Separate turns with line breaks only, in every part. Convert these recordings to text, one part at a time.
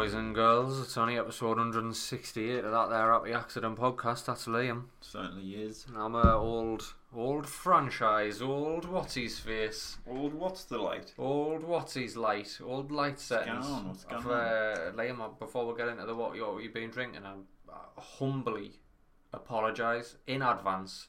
Girls. It's only episode 168 of that there Happy Accident podcast. That's Liam.
Certainly is.
I'm a old, old franchise, old what's his face,
Old what's the light?
old what's his light, old light sentence.
on? What's going
I've, uh, Liam, I- before we get into the what, you, what you've been drinking, I, I humbly apologise in advance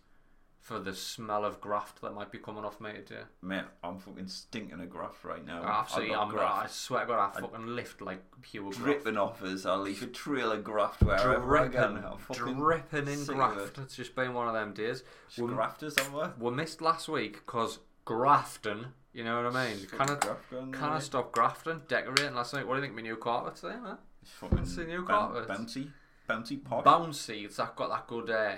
for the smell of graft that might be coming off me today.
Mate, I'm fucking stinking a graft right now.
I absolutely,
I've
I'm,
got
I
Oh, graft
swear to God, I fucking lift like pure graft.
dripping off us. I leave a trail of graft wherever I can. I'm fucking
dripping in
sick of
graft.
it.
It's just been one of them days.
Just graft us somewhere.
We missed last week because Grafton, you know what I mean? Can I,
graft going
can I
there.
stop Grafton decorating last night? What do you think my new carpet's there, man?
It's fucking
see new
boun-
carpets.
Bouncy, bouncy pot.
Bouncy, it's that got that good uh,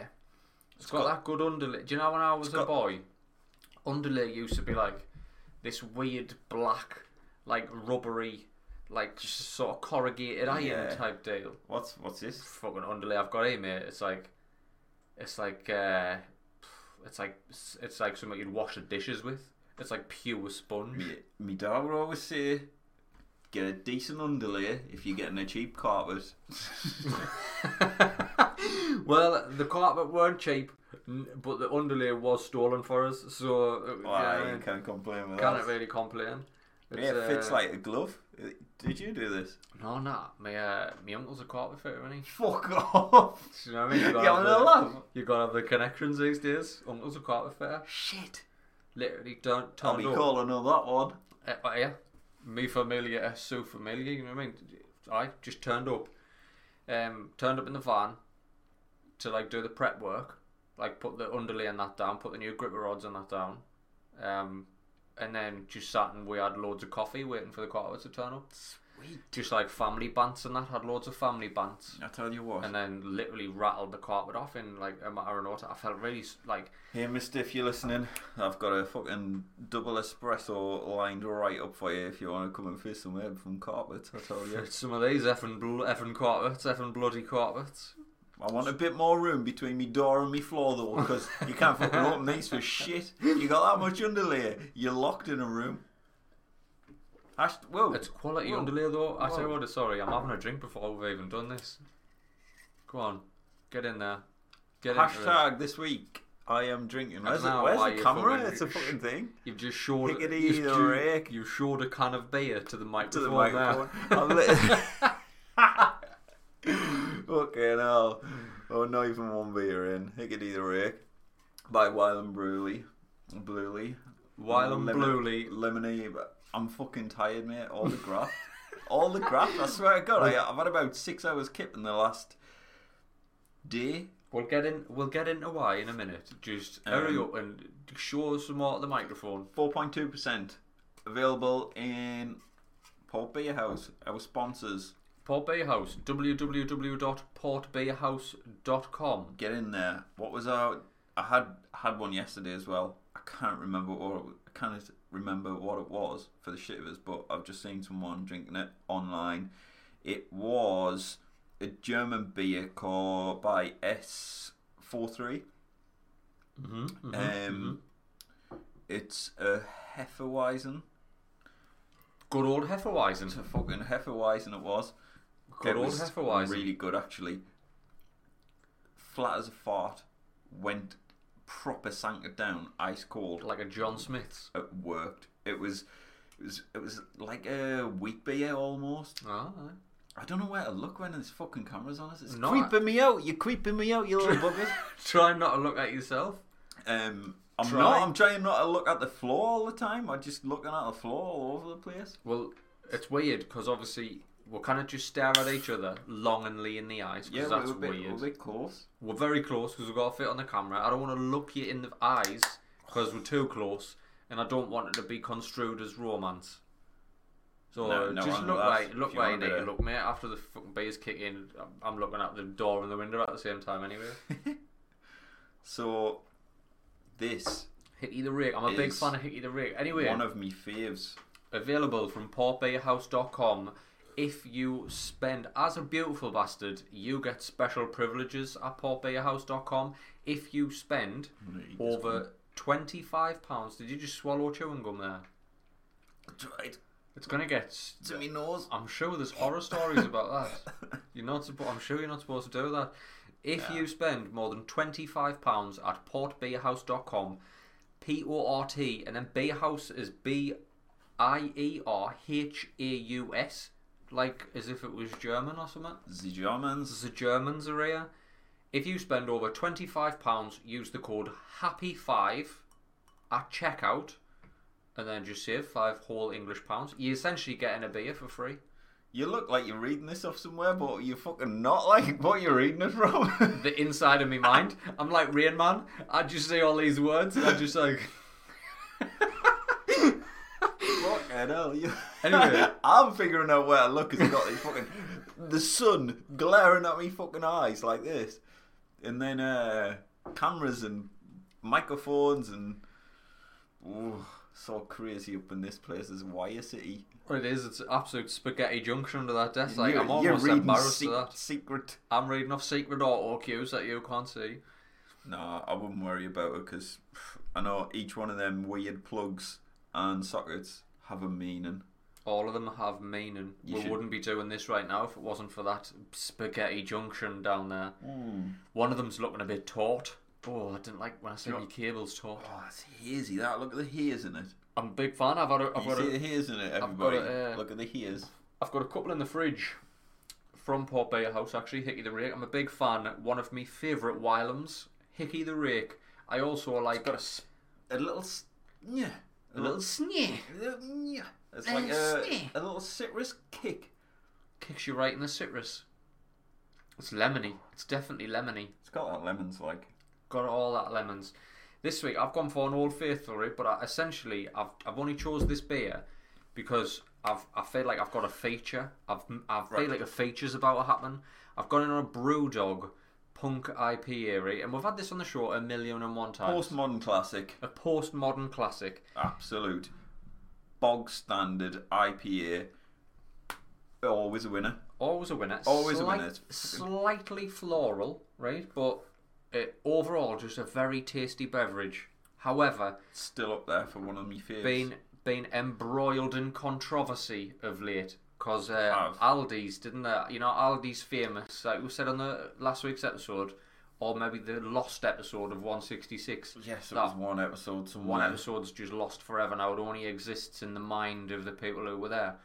it's got,
got-
that good underlay. Do you know when I was
it's
a
got-
boy, underlay used to be like this weird black, like rubbery, like sort of corrugated iron
Yeah.
type deal.
what's what's this?
fucking underlay I've got here, mate. It's like, it's like, uh, it's like, it's like something you'd wash the dishes with. It's like pure sponge.
Me, me dad would always say, get a decent underlay if you're getting a cheap carpet.
well, the carpet weren't cheap, n- but the underlay was stolen for us, so uh, you know what I
Why you
mean?
can't complain with
can't
that.
really complain. It's,
Yeah, it fits
uh,
like a glove. Uh, Did you do this?
no, nah. My uh, my uncle's a carpet fitter, isn't he?
Fuck off!
Do you know what I mean? You gotta
Yeah,
have
I
the-
love.
You gotta have the connections these days. Uncle's a carpet fitter.
Shit.
Literally, don't
I'll
turn
be
up.
calling on that one.
Uh, uh, yeah, me familiar, uh, so familiar. You know what I mean? I just turned up, um, turned up in the van to like do the prep work, like put the underlay and that down, put the new gripper rods and that down, um, and then just sat and we had loads of coffee waiting for the quarter to turn up.
Sweet.
Just like family bants and that had loads of family bants.
I tell you what.
And then literally rattled the carpet off in like a matter of no time. I felt really s- like
Hey, mister, if you're listening, I've got a fucking double espresso lined right up for you if you want to come and fist some herb from carpet, I tell you.
some of these effing, bl- effing carpets, effing bloody carpets.
I want a bit more room between me door and me floor though, because you can't fucking open these for shit. You got that much underlay, you're locked in a room. Ash, whoa.
It's quality
Whoa.
underlay though. I tell you
Whoa.
what, sorry, I'm having a drink before we've even done this. Go on, get in there. Get into it.
Hashtag this week, I am drinking. Where's,
know
it, where's
why
the
you
camera?
fucking-
It's a fucking thing.
You've just showed
Hickety
you've
the
ju-
rake.
You showed a can of beer to the
to
microphone.
the microphone. I'm lit- okay, now. Oh, not even one beer in. Hickety the Rake by Wylam Brewley. Brewley.
There. While I'm
Lemon-
bluely,
Lemonade. I'm fucking tired, mate. All the graft. All the graft. I swear to God, I, I've had about six hours kip in the last day.
we'll get in. We'll get into why in a minute. Just hurry
Um,
up and show us some more at the microphone.
4.2%. Available in Port Beer House, our sponsors.
Port Beer House. www.portbeerhouse.com.
get in there. What was our? I had had one yesterday as well. I can't remember what it, I can't remember what it was for the shivers, but I've just seen someone drinking it online. It was a German beer called by S 43
Mm-hmm,
Um, It's a Hefeweizen.
Good old Hefeweizen.
It's a fucking Hefeweizen. It was.
Good
It
old
was
Hefeweizen.
Really good, actually. Flat as a fart. Went proper sank it down, ice cold.
Like a John Smith's.
it worked. It was, it was, it was like a wheat beer almost.
Ah, aye.
I don't know where to look when this fucking camera's on us. It's
No,
creeping me out. You're creeping me out, you little buggers.
Try not to look at yourself.
Um, I'm
Try.
not. I'm trying not to look at the floor all the time. I'm just looking at the floor all over the place.
Well, it's weird because obviously we're kind of just stare at each other longingly in the eyes
Yeah,
because
we're
that's
a bit,
weird.
we're a bit close.
We're very close because we've got to fit on the camera. I don't want to look you in the eyes because we're too close, and I don't want it to be construed as romance. So
No, no
just
one
look
will ask
right, look
if you want
right,
a
need
bit
to
of-
look, mate. After the fucking beers kick in, I'm- I'm looking out the door and the window at the same time. Anyway,
So, this
Hickey the Rake. I'm a big
Is
fan of Hickey the Rake. Anyway,
one of me faves.
available from portbayhouse.com. If you spend as a beautiful bastard, you get special privileges at portbayhouse.com. If you spend over £25, did you just swallow chewing gum there?
I tried.
It's gonna get. s-
to me nose.
I'm sure there's horror stories about that. You're not. suppo- I'm sure you're not supposed to do that. If you spend more than twenty five pounds at portbeerhouse.com, P O R T, and then beerhouse is B I E R H A U S, like as if it was German or something.
The Germans.
The Germans are here. If you spend over twenty five pounds, use the code Happy Five at checkout, and then just save five whole English pounds. You're essentially getting a beer for free.
You look like you're reading this off somewhere, but you're fucking not like what you're reading it from.
the inside of me mind. I'm like Rain Man. I just say all these words. and I just like.
fucking hell. You...
Anyway.
I'm figuring out where to look because I've got this fucking the sun glaring at me fucking eyes like this, and then uh, cameras and microphones and ooh, so crazy up in this place. This wire city.
It is. It's absolute spaghetti junction under that desk. Like
you're,
I'm
you're
almost
reading
embarrassed
sec-
of that.
secret.
I'm reading off secret auto cues that you can't see.
No, I wouldn't worry about it because I know each one of them weird plugs and sockets have a meaning.
All of them have meaning.
You
we
should-
wouldn't be doing this right now if it wasn't for that spaghetti junction down there.
Hmm.
One of them's looking a bit taut. Oh, I didn't like when I said
Yeah.
your cable's taut.
Oh, it's hazy. That look at the hairs in it.
I'm a big fan. I've had a, I've
You
got
see
a,
the hairs in it,
I've got
everybody.
a, uh,
Look at the hairs.
I've got a couple in the fridge from Port Bay House, actually, Hickey the Rake. I'm a big fan. One of my favourite Wylums, Hickey the Rake. I also like
got a s- a little s- yeah,
a little sneer.
a little yeah. It's
A
like
little
a,
sneer.
a little citrus kick.
Kicks you right in the citrus. It's lemony. It's definitely lemony.
It's got that lemons like.
Got all that lemons. This week I've gone for an Old Faithful route, but I, essentially I've I've only chose this beer because I've I feel like I've got a feature. I've I feel
Right.
like a feature's about to happen. I've gone in on a brew dog punk IPA, right? and we've had this on the show a million and one times.
Postmodern classic,
A postmodern classic.
absolute bog standard IPA. Always a winner.
Always a winner.
Always a winner. It's fucking-
Slightly floral, right? But uh overall, just a very tasty beverage. However,
Still up there for one of my favorites.
been been embroiled in controversy of late because uh,
Have.
Aldi's didn't they? You know, Aldi's famous. Like we said on the last week's episode, or maybe the lost episode of 166.
Yes, it
that
was one episode somewhere.
one episode's just lost forever now. It only exists in the mind of the people who were there.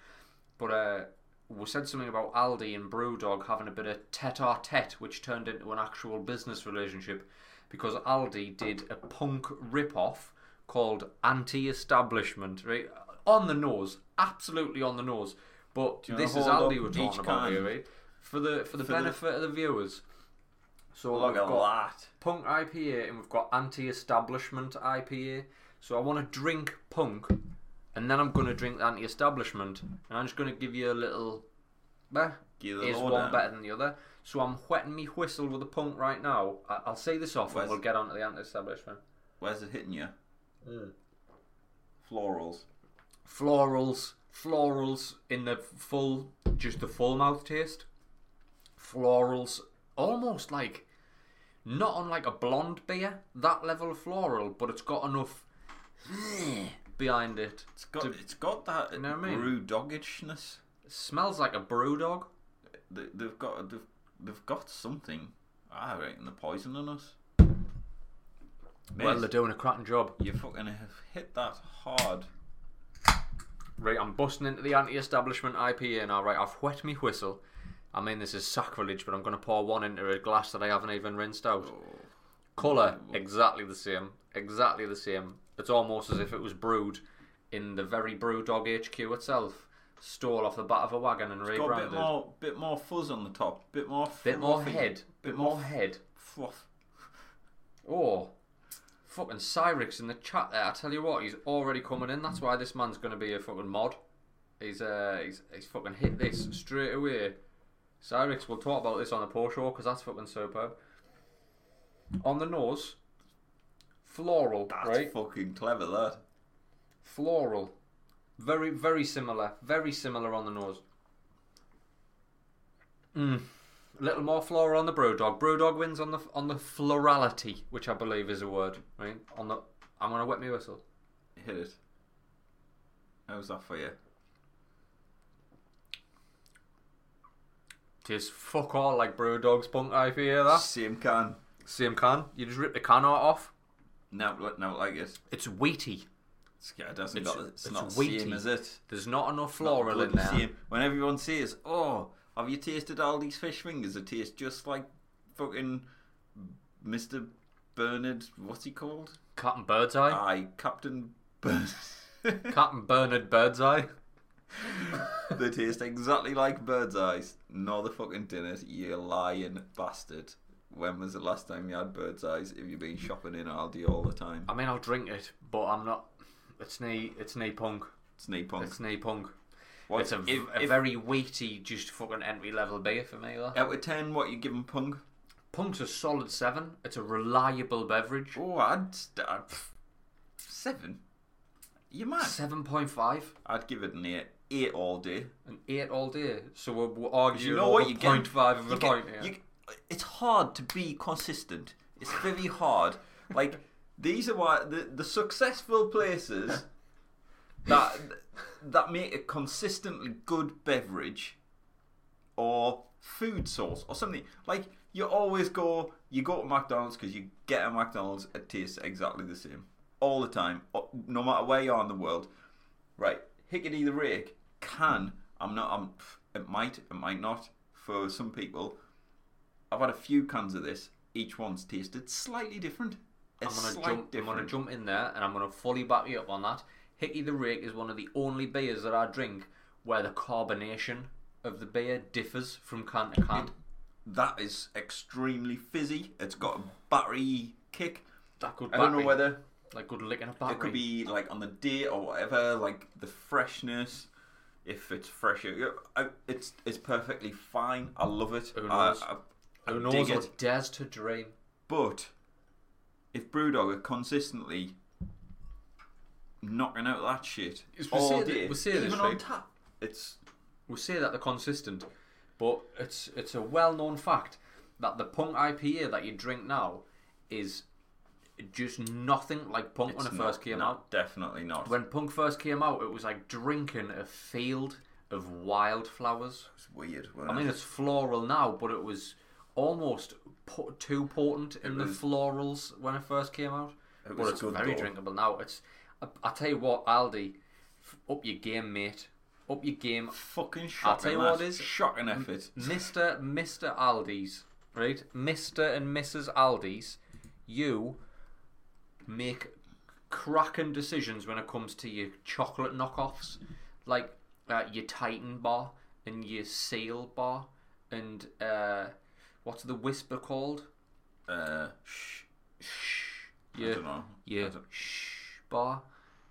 But uh, we said something about Aldi and Brewdog having a bit of tete-a-tete, which turned into an actual business relationship because Aldi did a punk rip-off called Anti-Establishment, right? On the nose, absolutely on the nose. But
you wanna
this is
hold
Aldi
up
we're
each
talking about
kind?
here, right? For the for the
For the-
benefit of the viewers. So
Look
we've
at
got-
that.
punk IPA and we've got anti-establishment IPA. So I want to drink punk, and then I'm going to drink the anti-establishment, and I'm just going to give you a little. Meh,
Give the
is
lowdown.
one better than the other? So I'm whetting me whistle with a punk right now. I- I'll say this off,
Where's-
and we'll get on to the anti-establishment.
Where's it hitting you?
Hmm.
Florals.
Florals, florals in the full, just the full mouth taste. Florals, almost like, not unlike a blonde beer, that level of floral, but it's got enough behind it.
It's got it's got that
know what I mean?
brew doggishness.
Smells like a brew dog.
They, they've got they've, they've got something. I reckon they're poisoning us. Mate,
Well, they're doing a cracking job.
you fucking have hit that hard.
Right, I'm busting into the anti-establishment IPA now. Right, I've whet me whistle. I mean, this is sacrilege, but I'm going to pour one into a glass that I haven't even rinsed out. Colour,
Oh.
exactly the same. Exactly the same. It's almost as if it was brewed in the very Brewdog HQ itself. Stole off the back of a wagon and
Got a
rebranded.
bit more bit more fuzz on the top. Bit more
Bit more
fluffy,
head. Bit more head.
fluff.
Oh, fucking Cyrix in the chat there. I tell you what, he's already coming in. That's why this man's going to be a fucking mod. He's uh, he's, he's fucking hit this straight away. Cyrix, we'll talk about this on the post show because that's fucking superb. On the nose, floral,
That's
right?
fucking clever that.
Floral, very very similar, very similar on the nose. Mm. A little more floral on the Brewdog. Brewdog wins on the on the florality, which I believe is a word, right? On the I'm gonna wet me whistle.
Hit it. How's that for you?
Tastes fuck all like brew dogs punk IPA. That
Same can.
same can. You just rip the can art off.
No, look, no, like it.
It's wheaty.
It's, yeah, it doesn't
It's-
got. the- It's,
it's
not the
wheaty.
same, is it?
There's not enough floral in
Bloody
there.
same. When everyone says, "Oh, have you tasted all these fish fingers? They taste just like fucking Mister Bernard. What's he called?
Captain Birdseye.
I Captain Bernard."
Captain Bernard Birdseye.
they taste exactly like bird's eyes. No, the fucking dinner, you lying bastard. When was the last time you had bird's eyes if you've been shopping in Aldi all the time?
I mean, I'll drink it, but I'm not. It's knee. It's knee punk.
It's knee punk.
It's knee punk.
What-
it's a, v-
if-
a
if-
very weighty, just fucking entry level beer for me. That.
Out of 10, what you giving punk?
Punk's a solid seven. It's a reliable beverage.
Oh, I'd. St- I'd pff, seven? You mad?
Seven point five,
I'd give it an eight. Eight all day.
an eight all day. So we're, we're arguing
You know what
over
you get.
point five of
You
a
get-
point here.
you- it's hard to be consistent. It's very hard. Like these are why the, the successful places that that make a consistently good beverage or food source or something. Like you always go, you go to McDonald's because you get a McDonald's. It tastes exactly the same all the time, o- no matter where you are in the world. Right, Hickety the Rake can. I'm not. I'm. It might. It might not. For some people, I've had a few cans of this. Each one's tasted slightly different. A
I'm gonna
slight
jump. I'm gonna
difference.
jump in there, and I'm gonna fully back you up on that. Hickey the Rake is one of the only beers that I drink where the carbonation of the beer differs from can to can.
That is extremely fizzy. It's got a battery kick.
That good
I
battery,
don't know whether
like good lick in a
it could
battery.
be like on the day or whatever, like the freshness. If it's fresh, yeah, I- it's it's perfectly fine. I love it.
Who
I-
knows?
I, I
Who
dig
knows
it.
or dares to dream?
But if Brewdog are consistently knocking out that shit
Yes, we
all
see it-
day,
we see it
even
this
on
week.
tap, it's
we say that they're consistent, but it's it's a well known fact that the punk IPA that you drink now is just nothing like punk when
it's
it
not-
first came
no,
out.
Definitely not.
When punk first came out, it was like drinking a field of wildflowers.
it's weird.
I mean,
it?
it's floral now, but it was almost po- too potent in the
was-
florals when it first came out.
It
but
was
it's
good,
very
though.
drinkable now. It's I, I tell you what, Aldi, f- up your game, mate. Up your game
fucking shocking.
tell you
that.
what it is. Mm.
shocking effort.
Mr. Mr. Aldi's, right? Mr. and Mrs. Aldi's, you make cracking decisions when it comes to your chocolate knockoffs, like uh, your Titan bar and your Seal bar, and uh, what's the whisper called?
Uh, shh.
Shh.
I
Your
don't know.
yeah.
I don't-
Shh bar.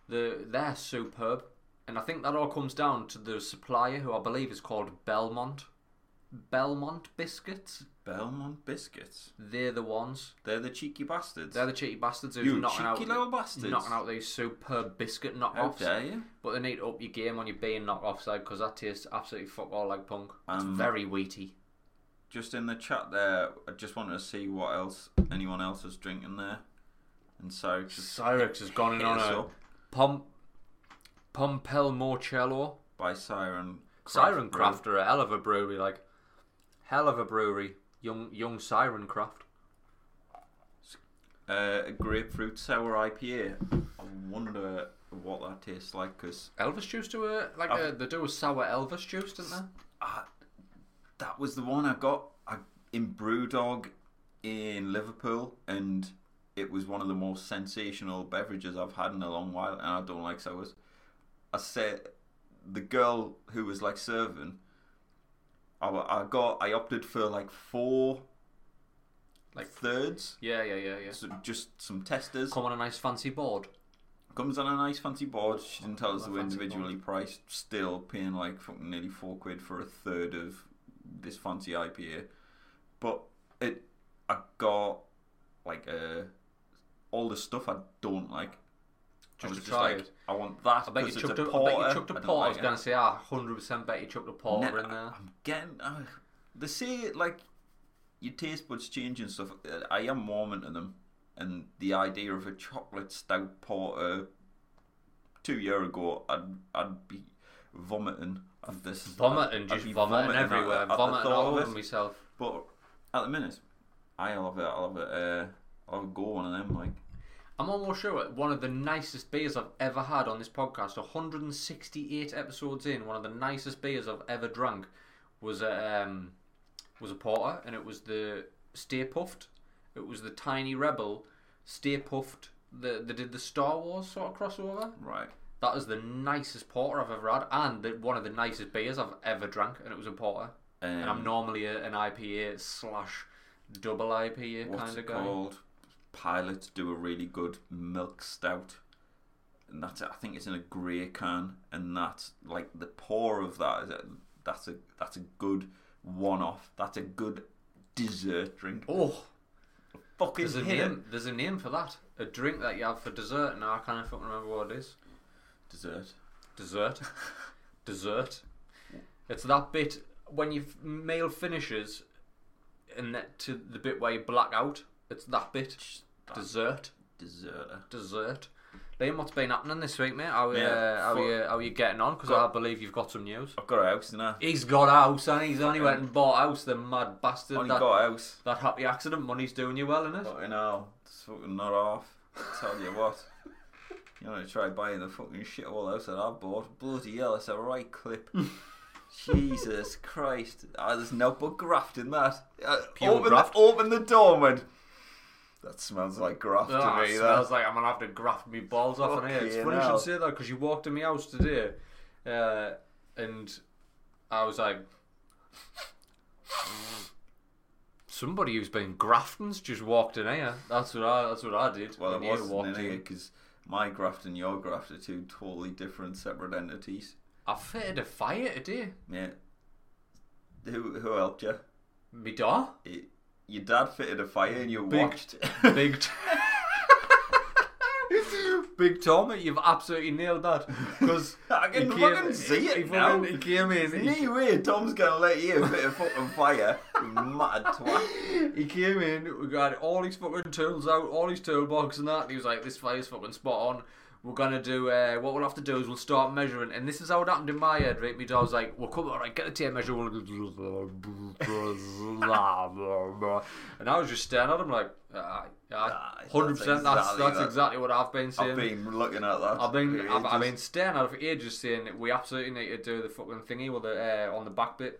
The they're superb. And I think that all comes down to the supplier who I believe is called Belmont. Belmont biscuits.
Belmont biscuits.
They're the ones.
They're the cheeky bastards.
They're the cheeky bastards who's
you
knocking
cheeky
out
little bastards.
knocking out these superb biscuit
How
knockoffs.
dare you?
But they need to up your game on your being knockoffs like because that tastes absolutely fuck all like punk. It's
Um,
very wheaty.
just in the chat there, I just wanted to see what else anyone else is drinking there. And so just
Cyrix has gone in
hit
on
us
a
up
pom Pompel Morcello.
by Siren
Siren
Brew.
Craft are a hell of a brewery, like hell of a brewery. Young young Siren Craft.
Uh, a grapefruit sour IPA. I wonder what that tastes like because
Elvis juice do a like
Oh.
a, they do a sour Elvis juice, didn't they?
that was the one I got I, in Brewdog in Liverpool, and it was one of the most sensational beverages I've had in a long while. And I don't like sours. I said the girl who was like serving, I, wa- I got I opted for like four
Like-
thirds,
Yeah, yeah, yeah, yeah.
so just some testers.
Come on a nice fancy board.
Comes on a nice fancy board. She didn't tell us
Love
they were
fancy
individually priced. Still paying like fucking nearly four quid for a third of this fancy IPA. But it, I got like uh, all the stuff I don't like. I
Just
was
to
just
try
like,
it.
I want that
I bet you
because it's a
chucked a,
porter.
I bet you chucked a
I don't
porter. I was
like it.
gonna say, ah, hundred percent bet you chucked a porter
No,
in
I-
there.
I'm getting. Uh, they say like your taste buds change and stuff. Uh, I am warming to them, and the idea of a chocolate stout porter two year ago, I'd I'd be vomiting. I've this
Vomiting,
I've
just
been
vomiting,
at-
everywhere.
at the
vomiting
thought
all
of
over
it.
myself.
But at the minute, I love it. I love it. Uh, I'll have a go on and then like
I'm almost sure one of the nicest beers I've ever had on this podcast, 168 episodes in, one of the nicest beers I've ever drank was a um, was a porter, and it was the Stay Puffed. It was the Tiny Rebel Stay Puffed. The, they did the Star Wars sort of crossover.
right.
That is the nicest porter I've ever had, and the, one of the nicest beers I've ever drank, and it was a porter.
Um,
and I'm normally a, an IPA slash double IPA
what's
kind of
it
guy.
called? Pilots do a really good milk stout, and that's it. I think it's in a grey can, and that's like the pour of that is a, that's a that's a good one-off. That's a good dessert drink.
Oh,
Fucking
there's a
hit it.
name. There's a name for that. A drink that you have for dessert. Now I can't fucking remember what it is.
dessert.
Dessert. dessert. It's that bit when your f- meal finishes, and that to the bit where you black out. It's that bit. Dessert.
Dessert.
Dessert. Liam, what's been happening this week, mate? How,
Mate,
uh, how,
fuck.
you, how you getting on? Because I
Got-
believe you've got some news.
I've got a house now.
He's got a house, and he's only went and bought a house. The mad bastard.
Only
that-
got a house.
That happy accident money's doing you well, innit?
Fucking hell. It's fucking not off. I tell you what. You want to try buying the fucking shithole house that I bought? Bloody hell, it's a right clip. Jesus Christ. Ah, there's no but graft in that. Uh,
Pure
open,
graft.
The, open the door, man. That smells like graft
Ah,
to
it
me.
smells
That.
like I'm gonna have to graft me balls off on here. It's
Fucking
funny you
hell.
should say that because you walked in my house today, uh, and I was like, somebody who's been grafting's just walked in here. That's what I. That's what I did.
Well, it
when you
wasn't
walked
in
in.
because my graft and your graft are two totally different, separate entities.
I fitted a fire today.
Mate, who, who helped you?
Me da.
It, your dad fitted a fire and you
Big-
watched.
Big. T- Big Tom, you've absolutely nailed that. Because
I can fucking see it
he,
now.
fucking- He came in. he-
No way, Tom's gonna let you fit a fucking fire, you mad twat.
He came in, we got all his fucking tools out, all his toolbox and that. And he was like, "This fire's fucking spot on. We're gonna do. Uh, what we'll have to do is we'll start measuring." And this is how it happened in my head, right? Me dad was like, "Well, come on, right, get a tape measure." We'll... and I was just staring at him like,
Ah, that's
hundred percent. That's
exactly
that's
that.
exactly what I've been saying."
I've been looking at that.
I've been,
It
I've, I've
just-
been staring at it for ages, saying that we absolutely need to do the fucking thingy with the uh, on the back bit,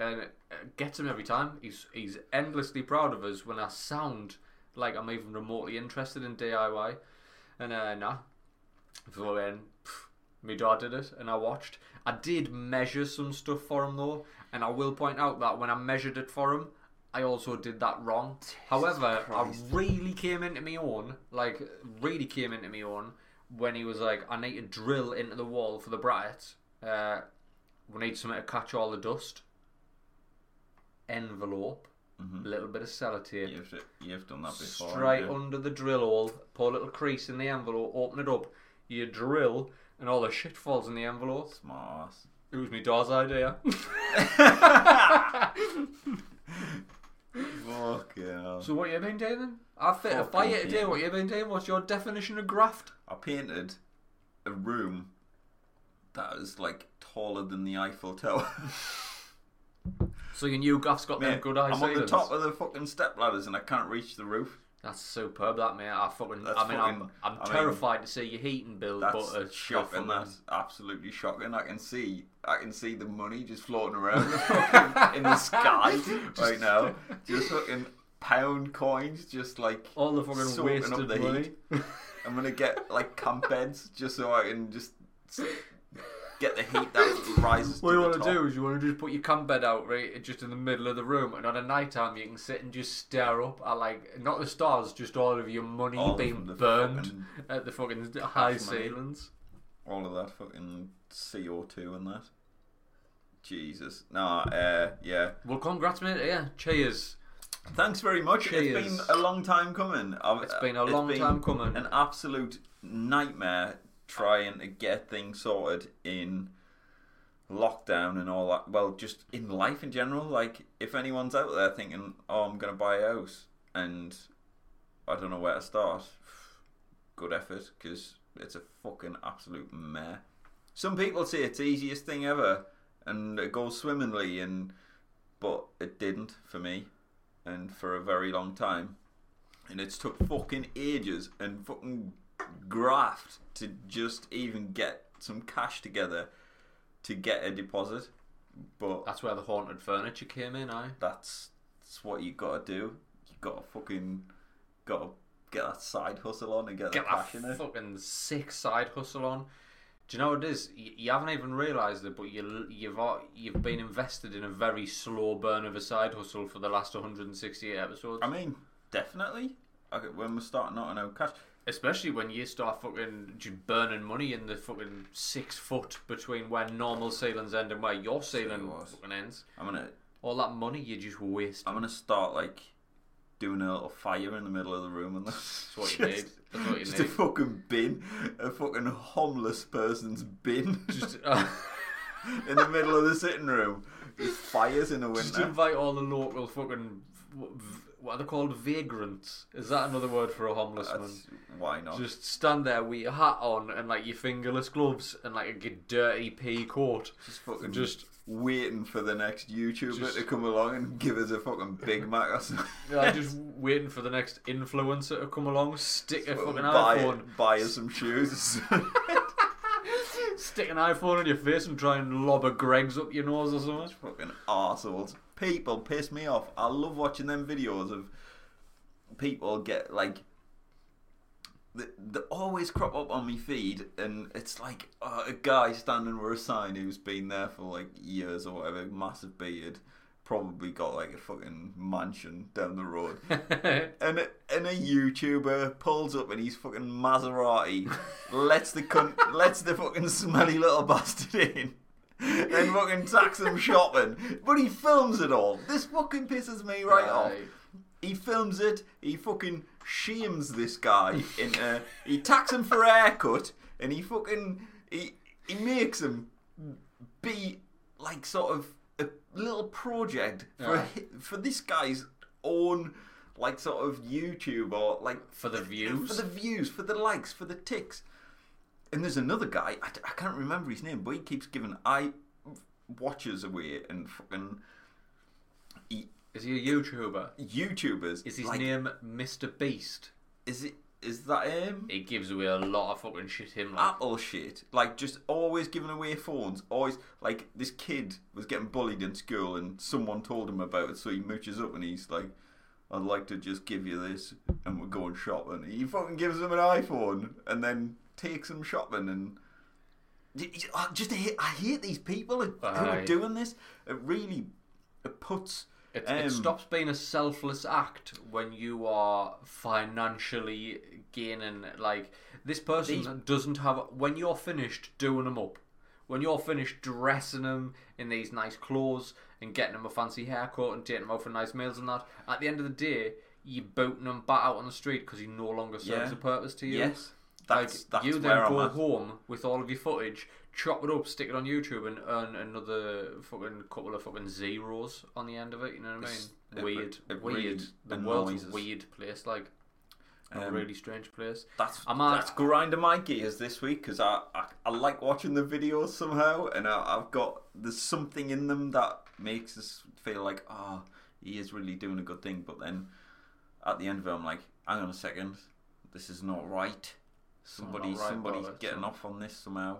and it, it gets him every time. He's he's endlessly proud of us when I sound like I'm even remotely interested in DIY, and uh, nah, so then pff, my dad did it, and I watched. I did measure some stuff for him though, and I will point out that when I measured it for him. I also did that wrong. However,
Christ.
I really came into my own, like really came into my own when he was like, "I need to drill into the wall for the brackets. Uh, we need something to catch all the dust. Envelope, a little bit of sellotape,
You've, d- you've done that before.
straight
haven't you?
under the drill hole, put a little crease in the envelope, open it up, you drill, and all the shit falls in the envelope.
Smart ass.
It was my dad's idea.
Fucking hell.
so what you been doing then? I fit a
Fucking
fire today.
hell.
What you been doing? What's your definition of graft?
I painted a room that is like taller than the Eiffel Tower.
So your new graft's got them
Mate,
good eyes.
I'm on the top of the fucking step ladders and I can't reach the roof.
That's superb, that mate. I fucking.
That's
I mean,
fucking-
I'm, I'm
I mean,
terrified to see your heating bill, but
That's
uh,
shocking.
fucking-
That's absolutely shocking. I can see, I can see the money just floating around the fucking- in the sky right now. Just fucking pound coins, just like
all the fucking
soaking
wasted money.
I'm gonna get like camp beds just so I can just s- get the heat that rises.
What you
to the
want
top.
to do is you want to just put your camp bed out right just in the middle of the room, and on a night time you can sit and just stare up at like not the stars, just all of your money
All of
being
the
burned
fucking-
at the fucking high
That's money.
ceilings.
All of that fucking CO2 and that. Jesus, nah, uh, yeah.
Well, congrats, mate. Yeah, cheers.
Thanks very much.
Cheers.
It's been a long time coming. I've-
It's been a long time coming.
Uh, An absolute nightmare trying to get things sorted in lockdown and all that. Well, just in life in general. Like, if anyone's out there thinking, "Oh, I'm going to buy a house," and I don't know where to start, good effort because it's a fucking absolute mare. Some people say it's the easiest thing ever, and it goes swimmingly, and but it didn't for me, and for a very long time, and it's took fucking ages and fucking graft to just even get some cash together to get a deposit, but
That's where the haunted furniture came in, I.
that's that's what you gotta do. You gotta fucking gotta get that side hustle on and get,
Get
that
that
passion in.
fucking sick side hustle on. Do you know what it is? You, you haven't even realised it, but you, you've al- you've been invested in a very slow burn of a side hustle for the last 168 episodes.
I mean, definitely. Okay, when we're starting out on our cash,
Especially when you start fucking just burning money in the fucking six foot between where normal ceilings end and where your ceiling
was.
fucking ends.
I'm gonna
All that money you just waste.
I'm gonna start like doing a little fire in the middle of the room and that's
what you need. That's what you
just a
need.
fucking bin, a fucking homeless person's bin
Just,
in the middle of the sitting room. Just fires in the
just
winter.
invite all the local fucking v- what are they called vagrants? Is that another word for a homeless man?
That's, why not?
Just stand there with your hat on and like your fingerless gloves and like a g- dirty pea coat.
Just fucking
Just
waiting for the next YouTuber
Just-
to come along and give us a fucking Big Mac or something.
like, just waiting for the next influencer to come along, stick a fucking
buy,
iPhone
buy us some shoes.
stick an iPhone in your face and try and lob a Greg's up your nose or something.
fucking arseholes. People piss me off. I love watching them videos of people get like. They, they always crop up on me feed, and it's like uh, a guy standing with a sign who's been there for like years or whatever, massive beard, probably got like a fucking mansion down the road. and a, and a YouTuber pulls up in his fucking Maserati, lets the cunt, lets the fucking smelly little bastard in, and fucking takes him shopping. But he films it all. This fucking pisses me right off.
Aye.
He films it. He fucking shames this guy into. He tacks him for a haircut, and he fucking he he makes him be like sort of a little project for
Yeah.
hi- for this guy's own like sort of YouTube or like
For the
for
views.
the views, for the likes, for the ticks. And there's another guy, I, d- I can't remember his name, but he keeps giving eye watches away and fucking he,
Is he a YouTuber?
YouTubers.
Is his
like,
name Mr. Beast?
Is it? Is that him?
It gives away a lot of fucking shit him like
Apple shit. Like just always giving away phones. Always like this kid was getting bullied in school, and someone told him about it. So he mooches up and he's like, "I'd like to just give you this, and we're going shopping." He fucking gives him an iPhone, and then takes him shopping and. I just hate, I hate these people who who are
Aye.
doing this. It really it puts
It,
um,
it stops being a selfless act when you are financially gaining. Like this person doesn't have. When you're finished doing them up, when you're finished dressing them in these nice clothes and getting them a fancy haircut and taking them out for nice meals and that, at the end of the day, you're booting them back out on the street because he no longer serves a
Yeah.
purpose to you.
yes.
Like
That's that's
you
where
then
I'm
go
at.
home with all of your footage, chop it up, stick it on YouTube, and earn another fucking couple of fucking zeros on the end of it. You know what
It's-
I mean?
it
Weird,
re- it
weird.
really
the world's a
annoys us.
weird place, like a
Um,
really strange place.
That's
I'm at-
that's grinding my gears this week because I, I I like watching the videos somehow, and I, I've got there's something in them that makes us feel like oh he is really doing a good thing, but then at the end of it I'm like hang on a second, this is not right. Somebody
right,
somebody's
brother,
getting
so-
off on this somehow.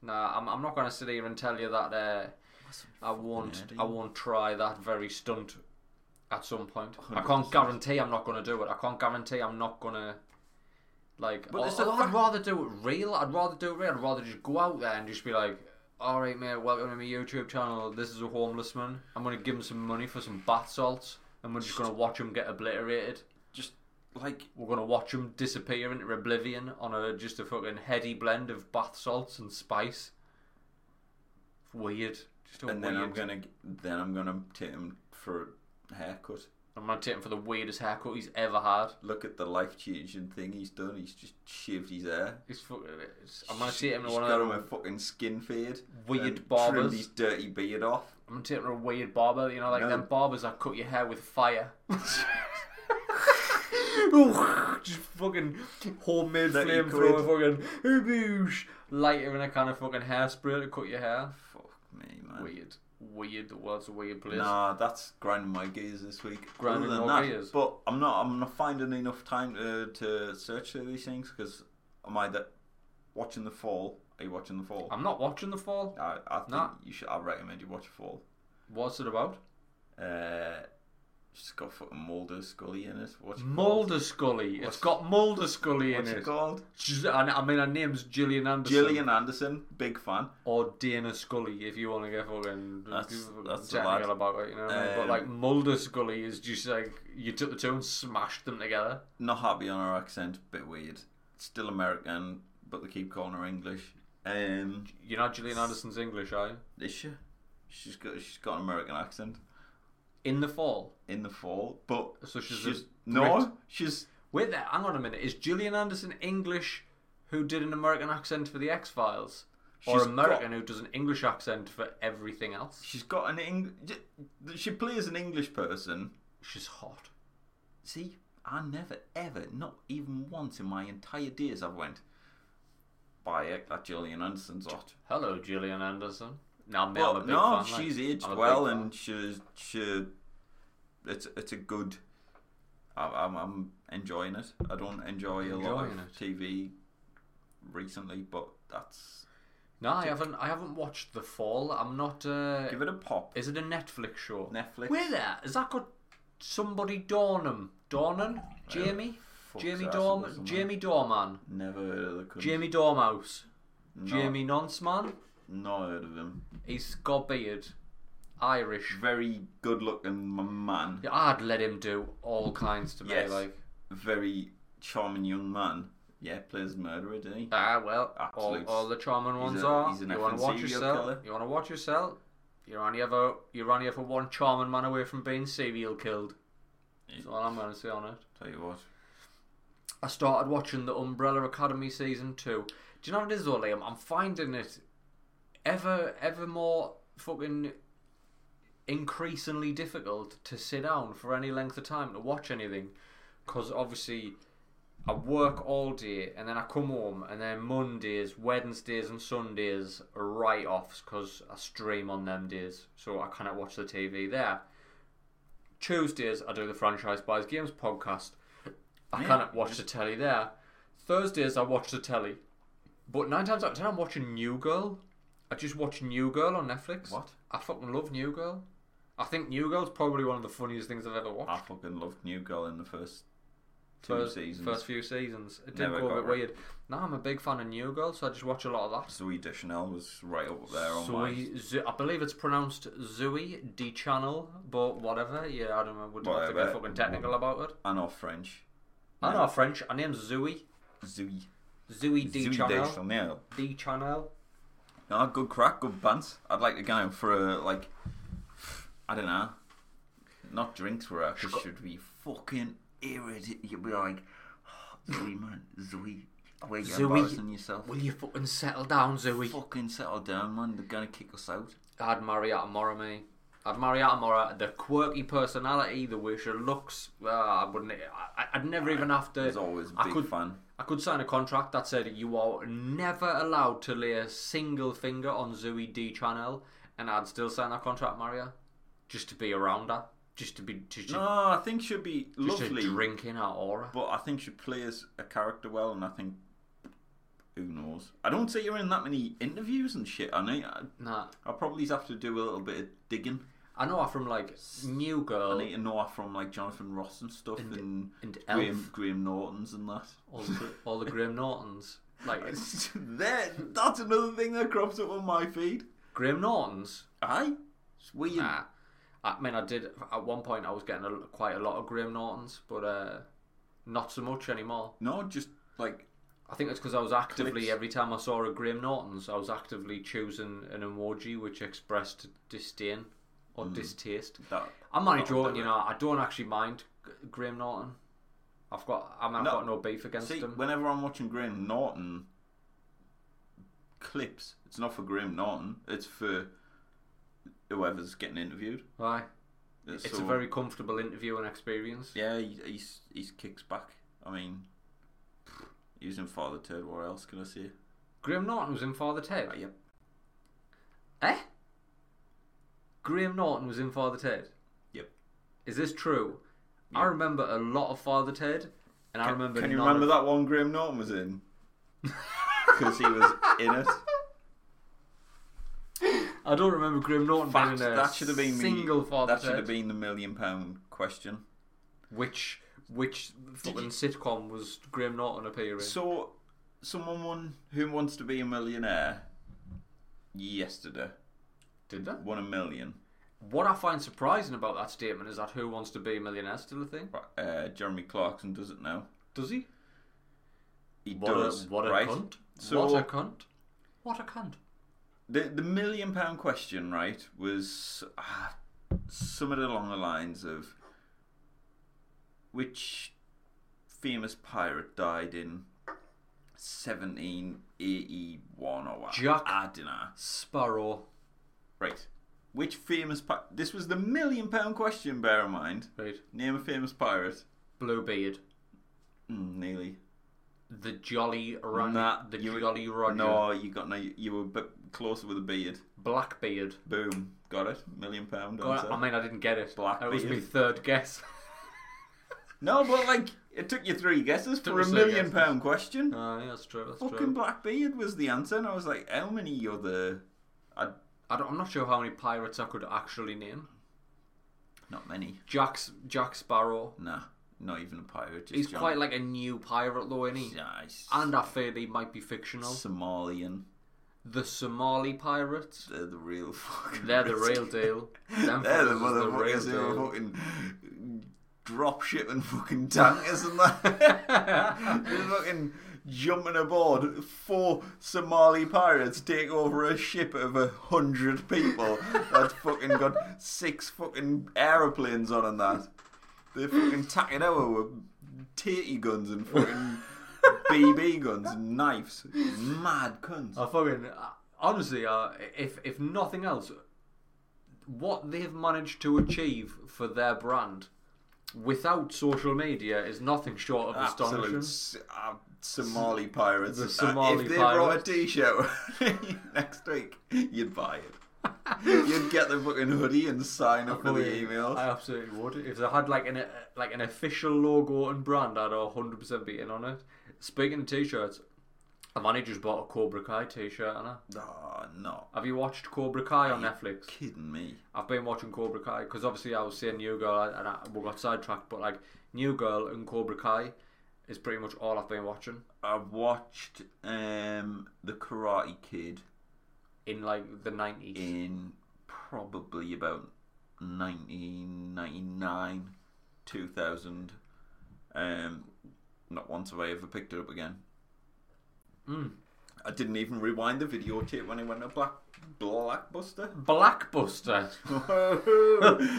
Nah, I'm, I'm not going to sit here and tell you that uh, I won't.
nerdy.
I won't try that very stunt at some point. I
100%.
can't guarantee I'm not going to do it. I can't guarantee I'm not going to. Like,
But
al-
there's the
although I'd
fact-
rather do it real. I'd rather do it real. I'd rather just go out there and just be like, "All right, mate, welcome to my YouTube channel. This is a homeless man. I'm going to give him some money for some bath salts, and we're just going to watch him get obliterated.
Just like
We're going to watch him disappear into oblivion on a just a fucking heady blend of bath salts and spice. Weird. Just a
and
weird.
then I'm gonna then I'm gonna take him for a haircut.
I'm gonna take him for the weirdest haircut he's ever had.
Look at the life changing thing he's done. He's just shaved his hair.
He's fucking. I'm gonna take him to
He's
one of
got
them.
him a fucking skin fade.
Weird
and Trimmed
barbers.
his dirty beard off.
I'm gonna take him to a weird barber. You know, like
No.
them barbers that cut your hair with fire. just fucking homemade
Thirty
flamethrower, fucking boosh, lighter and a kind of fucking hairspray to cut your hair.
Fuck me, man.
Weird, weird. The world's a weird place.
Nah, that's grinding my gears this week.
Grinding
Other than
your
that,
gears.
But I'm not. I'm not finding enough time to, to search for these things because I'm either watching the fall. Are you watching the fall?
I'm not watching the fall.
I, I think
Nah.
you should. I recommend you watch the fall.
What's it about?
Uh, it's got fucking Mulder Scully in it. What's it called?
Mulder Scully. it's got Mulder Scully in
What's it
it.
called?
She's- I I mean, her name's Gillian Anderson.
Gillian Anderson, big fan.
or Dana Scully if you want to get fucking
That's- that's the lad.
technical about it, you know. what I mean? but
Um,
like Mulder Scully is just like you took the two and smashed them together.
Not happy on her accent, bit weird. Still American, but they keep calling her English. Um,
You're not Gillian Anderson's English, are you?
is she? She's got she's got an American accent
In the fall.
in the fall, but
So she's a
no,
Brit.
she's
Wait there, hang on a minute. Is Gillian Anderson English who did an American accent for the X Files? Or
She's
American who does an English accent for everything else?
she's got an English. She plays an English person.
She's hot.
See, I never ever, not even once in my entire days, I've went. By it, that Gillian Anderson's hot.
Hello, Gillian Anderson. Now, I'm a
Well,
big
no,
fan, like,
she's aged
I'm a big
well,
fan.
and she's she. It's it's a good. I, I'm I'm enjoying it. I don't enjoy a lot of
Enjoying it.
TV recently, but that's
No, I haven't. I haven't watched The Fall. I'm not. Uh,
give it a pop.
Is it a Netflix show?
Netflix.
Where there? Has that got somebody Dornum? Dornan? Jamie?
Fuck's
Jamie
arse, it
Dorm
doesn't
Jamie Dorman?
Never heard of the cunt.
Jamie Dormouse?
No,
Jamie Nonceman?
Not heard of him.
He's got beard. Irish.
Very good looking m- man.
Yeah, I'd let him do all kinds to me.
Yes.
Like,
Very charming young man. Yeah, plays murderer, didn't he?
ah, well, all,
Absolute-
all the charming ones
a-
are.
he's an
you want to
effing
watch
serial
yourself?
killer.
You want to watch yourself? You're only ever you're only ever one charming man away from being serial killed. That's all I'm going to say on it.
Tell you what.
I started watching the Umbrella Academy season two. Do you know what it is though, Liam? I'm finding it ever ever more fucking increasingly difficult to sit down for any length of time to watch anything because obviously I work all day and then I come home and then Mondays, Wednesdays, and Sundays are write offs because I stream on them days, so I cannot watch the TV there. Tuesdays I do the Franchise Buys Games podcast. I
Yeah.
cannot watch the telly there. Thursdays I watch the telly, but nine times out of ten I'm watching New Girl. I just watch New Girl on Netflix.
What?
I fucking love New Girl. I think New Girl's probably one of the funniest things I've ever watched.
I fucking loved New Girl in the first two
first,
seasons.
first few seasons. It did
Never
go a
got
bit
right.
weird. Now I'm a big fan of New Girl, so I just watch a lot of that.
Zooey Deschanel was right up there on my.
Zoe, Zo- I believe it's pronounced Zooey D Channel, but whatever. Yeah, I don't know. We'd have to
Whatever.
get fucking technical about it.
I know French.
I know French. Her name's Zooey.
Zooey.
Zooey D
Zooey
Channel.
Deschanel.
D Channel.
No, good crack, good bands. I'd like to go for a like. I don't know. Not drinks were out. Just should be fucking irritated. You'd be like, Zoe man, Zoe, where you
Zooey,
embarrassing yourself.
Will you fucking settle down, Zooey?
Fucking settle down, man. They're gonna kick us out.
I'd marry Atta Mora, me. I'd marry Atta Mora. The quirky personality, the way she looks. Uh, I wouldn't. I, I'd never even have to.
There's always a
I
big
could-
fan.
I could sign a contract that said you are never allowed to lay a single finger on Zooey D Channel, and I'd still sign that contract, Maria, just to be around her, just to be just, to-
No, I think she'd be
just to
lovely,
drink in her aura.
but I think she plays a character well, and I think. Who knows? I don't see her in that many interviews and shit. I know. I-
nah,
I'll probably have to do a little bit of digging.
I know her from like New
I
Girl
need to know her from like Jonathan Ross and stuff and,
and
Graham,
Elf,
Graham Norton's and that.
all the, all the Graham Nortons. Like
there, that's another thing that crops up on my feed.
Graham Nortons.
Aye, it's weird.
Nah, I mean I did at one point I was getting a, quite a lot of Graham Nortons, but uh, not so much anymore.
No, just like
I think it's because I was actively
Clicks.
every time I saw a Graham Norton's, I was actively choosing an emoji which expressed disdain or distaste.
Hmm. that.
I'm only
that'll
joking,
do
you
it.
know. I don't actually mind G- Graham Norton. I've got, I mean, I've
No.
got no beef against
See,
him.
whenever I'm watching Graham Norton clips, it's not for Graham Norton. It's for whoever's getting interviewed.
Why? It's
so-
a very comfortable interviewing experience.
yeah. He, he's he's kicks back. I mean, using Father Ted. What else can I say?
Graham Norton was in Father Ted.
Ah, yep.
Eh? Graham Norton was in Father Ted.
Yep.
Is this true? I
Yep.
remember a lot of Father Ted, and I
Can,
remember.
can you
none
remember
of-
that one Graham Norton was in? Because he was in it.
I don't remember Graham Norton
Fact,
being in a
that should have been me-
single Father
That should
Ted.
have been the million pound question.
Which which fucking sitcom was Graham Norton appearing?
So, someone won who wants to be a millionaire yesterday
Did that?
won a million.
What I find surprising about that statement is that Who Wants to Be a Millionaire is still a thing?
Right, Uh, Jeremy Clarkson does it now.
Does he?
He
What
does.
a, what a
right?
cunt!
So-
what a cunt! What a cunt!
The the million pound question, right, was uh, somewhat along the lines of which famous pirate died in 1781 or what?
Jack-
I don't know.
Sparrow.
Right. Which famous pirate? This was the million pound question. Bear in mind.
Right.
Name a famous pirate.
Bluebeard. Hmm,
Mm, nearly.
The Jolly Roger.
Nah,
the
you-
Jolly Roger.
Oh, No, you got no. You were a bit closer with a beard.
Blackbeard.
Boom. Got it. Million pound answer.
God, I mean, I didn't get it.
Blackbeard.
That was my third guess.
No, but like it took you three guesses for
me
a
three
million
guesses.
pound question.
No, yeah, that's true. That's
Fucking
true.
Blackbeard was the answer, and I was like, how many other? I
I don't, I'm not sure how many pirates I could actually name.
not many.
Jack's Jack Sparrow.
Nah, not even a pirate. Just
He's
John.
quite like a new pirate, though, isn't he?
Yeah, he's
And I fear he might be fictional.
Somalian.
The Somali pirates.
They're the real fucking.
They're the
risk.
real deal. Them
They're the
fuckers is
motherfuckers who
real
are
deal.
fucking drop shipping fucking tankers and that. They're fucking jumping aboard. Four Somali pirates take over a ship of a hundred people that fucking got six fucking aeroplanes on and that. They're fucking tacking over with tatty guns and fucking BB guns and knives. Mad cunts.
I fucking honestly, uh, if if nothing else, what they've managed to achieve for their brand without social media is nothing short of
Absolute
astonishing.
S- uh, Somali pirates. Uh,
The Somali
if they
pirates.
brought a t-shirt next week, you'd buy it. you'd get the fucking hoodie and sign up for the
Fucking-
emails.
I absolutely would. If they had like an uh, like an official logo and brand, I'd 100 percent be in on it. Speaking of t-shirts, I've only just bought a Cobra Kai t-shirt. Anna.
Oh, no.
Have you watched Cobra Kai on
you
Netflix?
Kidding me.
I've been watching Cobra Kai because obviously I was seeing New Girl and I, we got sidetracked, but like New Girl and Cobra Kai is pretty much all I've been watching
I've watched um, The Karate Kid
in like the nineties.
in probably about 1999, 2000. Um, not once have I ever picked it up again.
Mm.
I didn't even rewind the videotape when I went to Black Blackbuster.
Blackbuster.
Mm.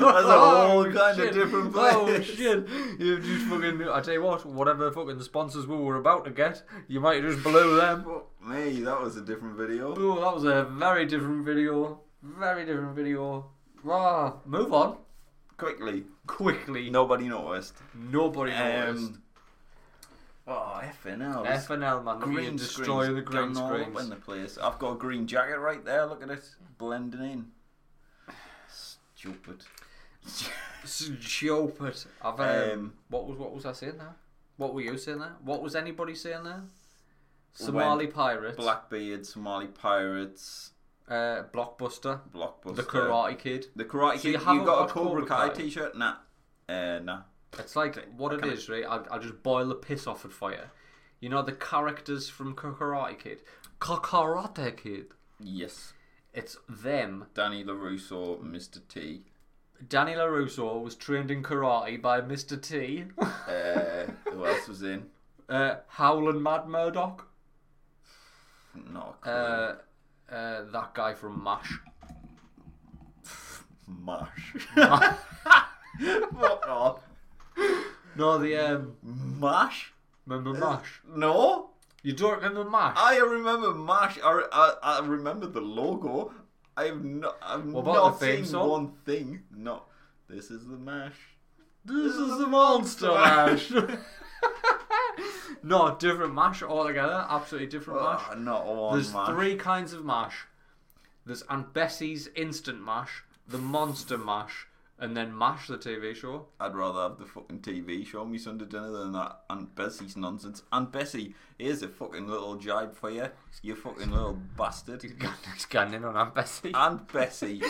Oh,
That's a whole kind
shit.
of different place.
Oh shit! You just fucking. I tell you what, whatever fucking sponsors we were about to get, you might have just blow them.
Me, that was a different video.
Ooh, that was a very different video. Very different video. Rah. Move on
Quickly,
quickly.
nobody noticed.
Nobody noticed.
Um, oh, effing hell. this
FNL man, green
Green
you destroy
screens
the green
done all up in
screens.
the place. I've got a green jacket right there. Look at it, blending in. Stupid.
Stupid. I've, um,
Um,
what was what was I saying there? What were you saying there? What was anybody saying there? Somali pirates,
Blackbeard, Somali pirates,
uh, blockbuster,
Blockbuster.
the Karate Kid.
The Karate
So you
Kid. You,
haven't
got
watched
a Cobra
Cobra
Kai
Kai?
t-shirt? Nah. Uh, nah.
It's like what it
okay.
is, right? I'll, I'll just boil the piss off it for you. You know the characters from Karate Kid, Karate Kid.
Yes.
It's them.
Danny LaRusso, Mr. T.
Danny LaRusso was trained in karate by Mr. T.
Uh, who else was in?
uh, Howlin' Mad Murdoch.
Not a clue.
uh, uh, that guy from MASH.
Mash. Fuck off.
No, the um,
Mash?
remember MASH.
No.
You don't remember MASH?
I remember Mash. I, re- I, I remember the logo. I've not. I've
What about
not
the theme
seen
song?
one thing. No. This is the Mash.
this is the monster MASH. no, different mash altogether. Absolutely different mash.
Ah, not one.
There's
mash.
three kinds of mash. There's Aunt Bessie's instant mash, the monster mash, and then Mash the TV show.
I'd rather have the fucking TV show me Sunday dinner than that Aunt Bessie's nonsense. Aunt Bessie, here's a fucking little jibe for you. You fucking little bastard.
He's gone in on Aunt Bessie.
Aunt Bessie,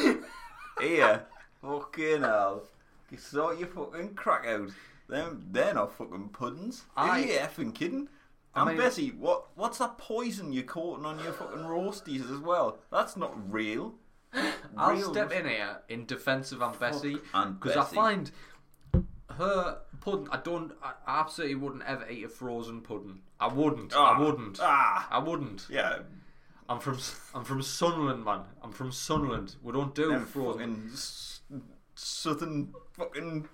here, fucking hell. You sort your fucking crack out. Them, they're not fucking puddings. Are
I-
you effing kidding?
I
Aunt
mean-
Bessie, what what's that poison you're coating on your fucking roasties as well? That's not real.
I'll
Real-
step in here in defence of Aunt Bessie
Aunt
because I
Bessie.
find her pudding. I don't. I I absolutely wouldn't ever eat a frozen pudding. I wouldn't.
Ah,
I wouldn't.
Ah,
I wouldn't.
yeah.
I'm from. I'm from Sunderland, man. I'm from Sunderland. We don't do
Them
frozen.
fucking s- southern fucking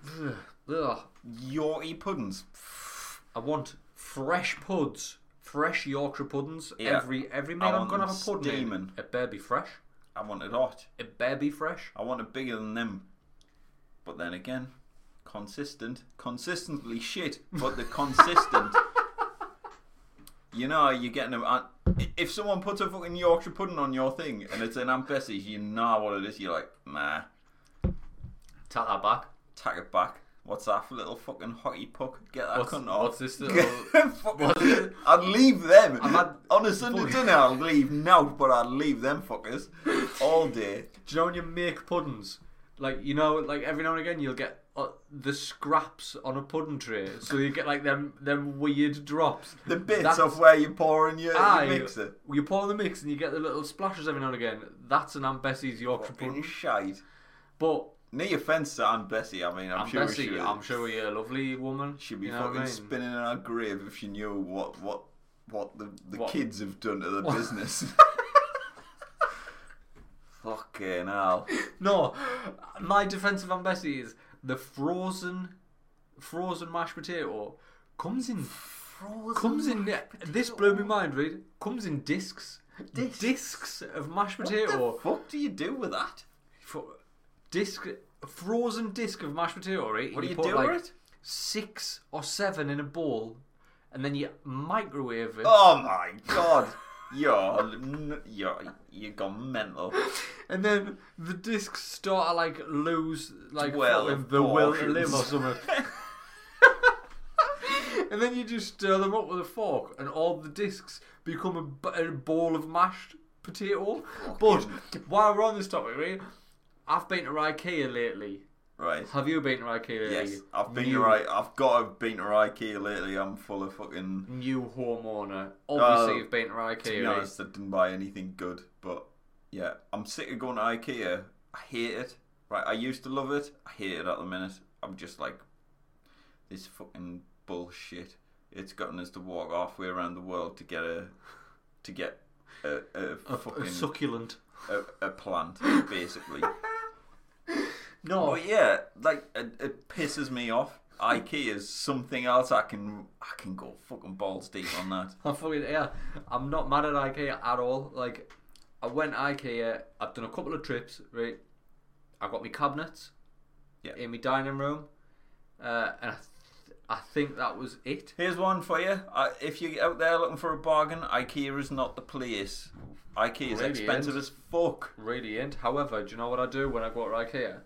Ugh.
Yorkie puddings.
I want fresh puds, fresh Yorkshire puddings.
Yeah.
Every every
I
meal I'm
want
gonna
them
have a pudding. in.
steaming.
It better be fresh.
I want it hot.
It better be fresh.
I want it bigger than them. But then again, consistent. Consistently shit, but they're consistent. you know, you're getting them. uh, If someone puts a fucking Yorkshire pudding on your thing and it's an Aunt Bessie's, you know what it is. You're like, nah,
Take that back.
tack it back. What's that for little fucking hockey puck? Get that
What's-
cunt off.
what's this little-
Fuck,
what's this-
I'd leave them.
I've had-
On a Sunday dinner, I'd leave now, but I'd leave them fuckers all day.
Do you know when you make puddings? Like you know, like every now and again you'll get uh, the scraps on a pudding tray, so you get like them them weird drops.
The bits
That's-
of where you're pouring your, your
Aye.
mixer.
You pour the mix and you get the little splashes every now and again. That's an Aunt Bessie's Yorkshire
Fucking
pudding.
shite.
But
No offence to Aunt Bessie, I mean, I'm
Aunt
sure she
Bessie,
was,
I'm sure you're a lovely woman.
she'd be
you know
fucking
what I mean?
spinning in her grave if she knew what what what the, the
What?
kids have done to the business. fucking hell.
No, my defense of Aunt Bessie is the frozen, frozen mashed potato comes in comes in this blew my mind. Read comes in discs,
Discs?
discs of mashed
What
potato,
the fuck do you do with that?
Fro- disc frozen disc of mashed potato. Right, and
What do you
put
do
like
with it?
Six or seven in a bowl, and then you microwave it,
Oh my god. You're, n- you're, you've gone mental.
and then the discs start to like lose like
Well,
fucking the will to
portions.
live or something. And then you just stir them up with a fork, and all the discs become a b- a, ball of mashed potato. But while we're on this topic, right? I've been to IKEA lately.
right.
Have you been to IKEA lately?
Yes, I've been
new,
to I- I've got to have been to IKEA lately. I'm full of fucking.
New homeowner. Obviously,
Oh,
you've been to IKEA.
To be honest, I didn't buy anything good, but yeah, I'm sick of going to IKEA. I hate it. Right, I used to love it. I hate it at the minute. I'm just like this fucking bullshit. It's gotten us to walk halfway around the world to get a to get a, a,
A- a
fucking
succulent.
a, a plant basically.
No,
But yeah, like it, it pisses me off. IKEA is something else. I can I can go fucking balls deep on that.
I'm fucking yeah. I'm not mad at IKEA at all. Like, I went to IKEA. I've done a couple of trips. Right, I got my cabinets.
Yeah.
In my dining room, uh, and I, th- I think that was it.
Here's one for you. Uh, if you're out there looking for a bargain, IKEA is not the place. IKEA is
Really isn't.
expensive as fuck.
Really, and however, do you know what I do when I go to IKEA?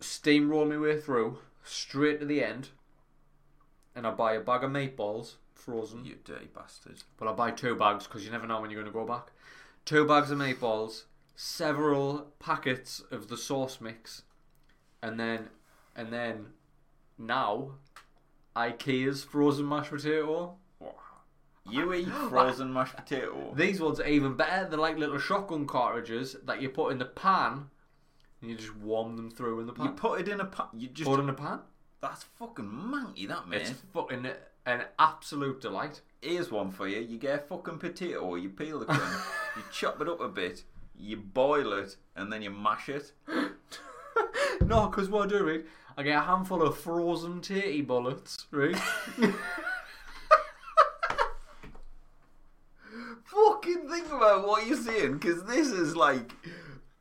Steamroll my way through straight to the end, and I buy a bag of meatballs frozen.
You dirty bastard.
But I'll buy two bags because you never know when you're going to go back. Two bags of meatballs, several packets of the sauce mix, and then and then now IKEA's frozen mashed potato.
Wow. You eat frozen mashed potato.
These ones are even better. They're like little shotgun cartridges that you put in the pan and you just warm them through in the
You
pan.
put it in a pot. You just
Put in the pan.
that's fucking manky, that man.
It's fucking an absolute delight.
Here's one for you. You get a fucking potato. You peel the crumb. you chop it up a bit. You boil it and then you mash it.
No, because what I do, right? I get a handful of frozen tatty bullets, right?
Fucking think about what you're saying, because this is like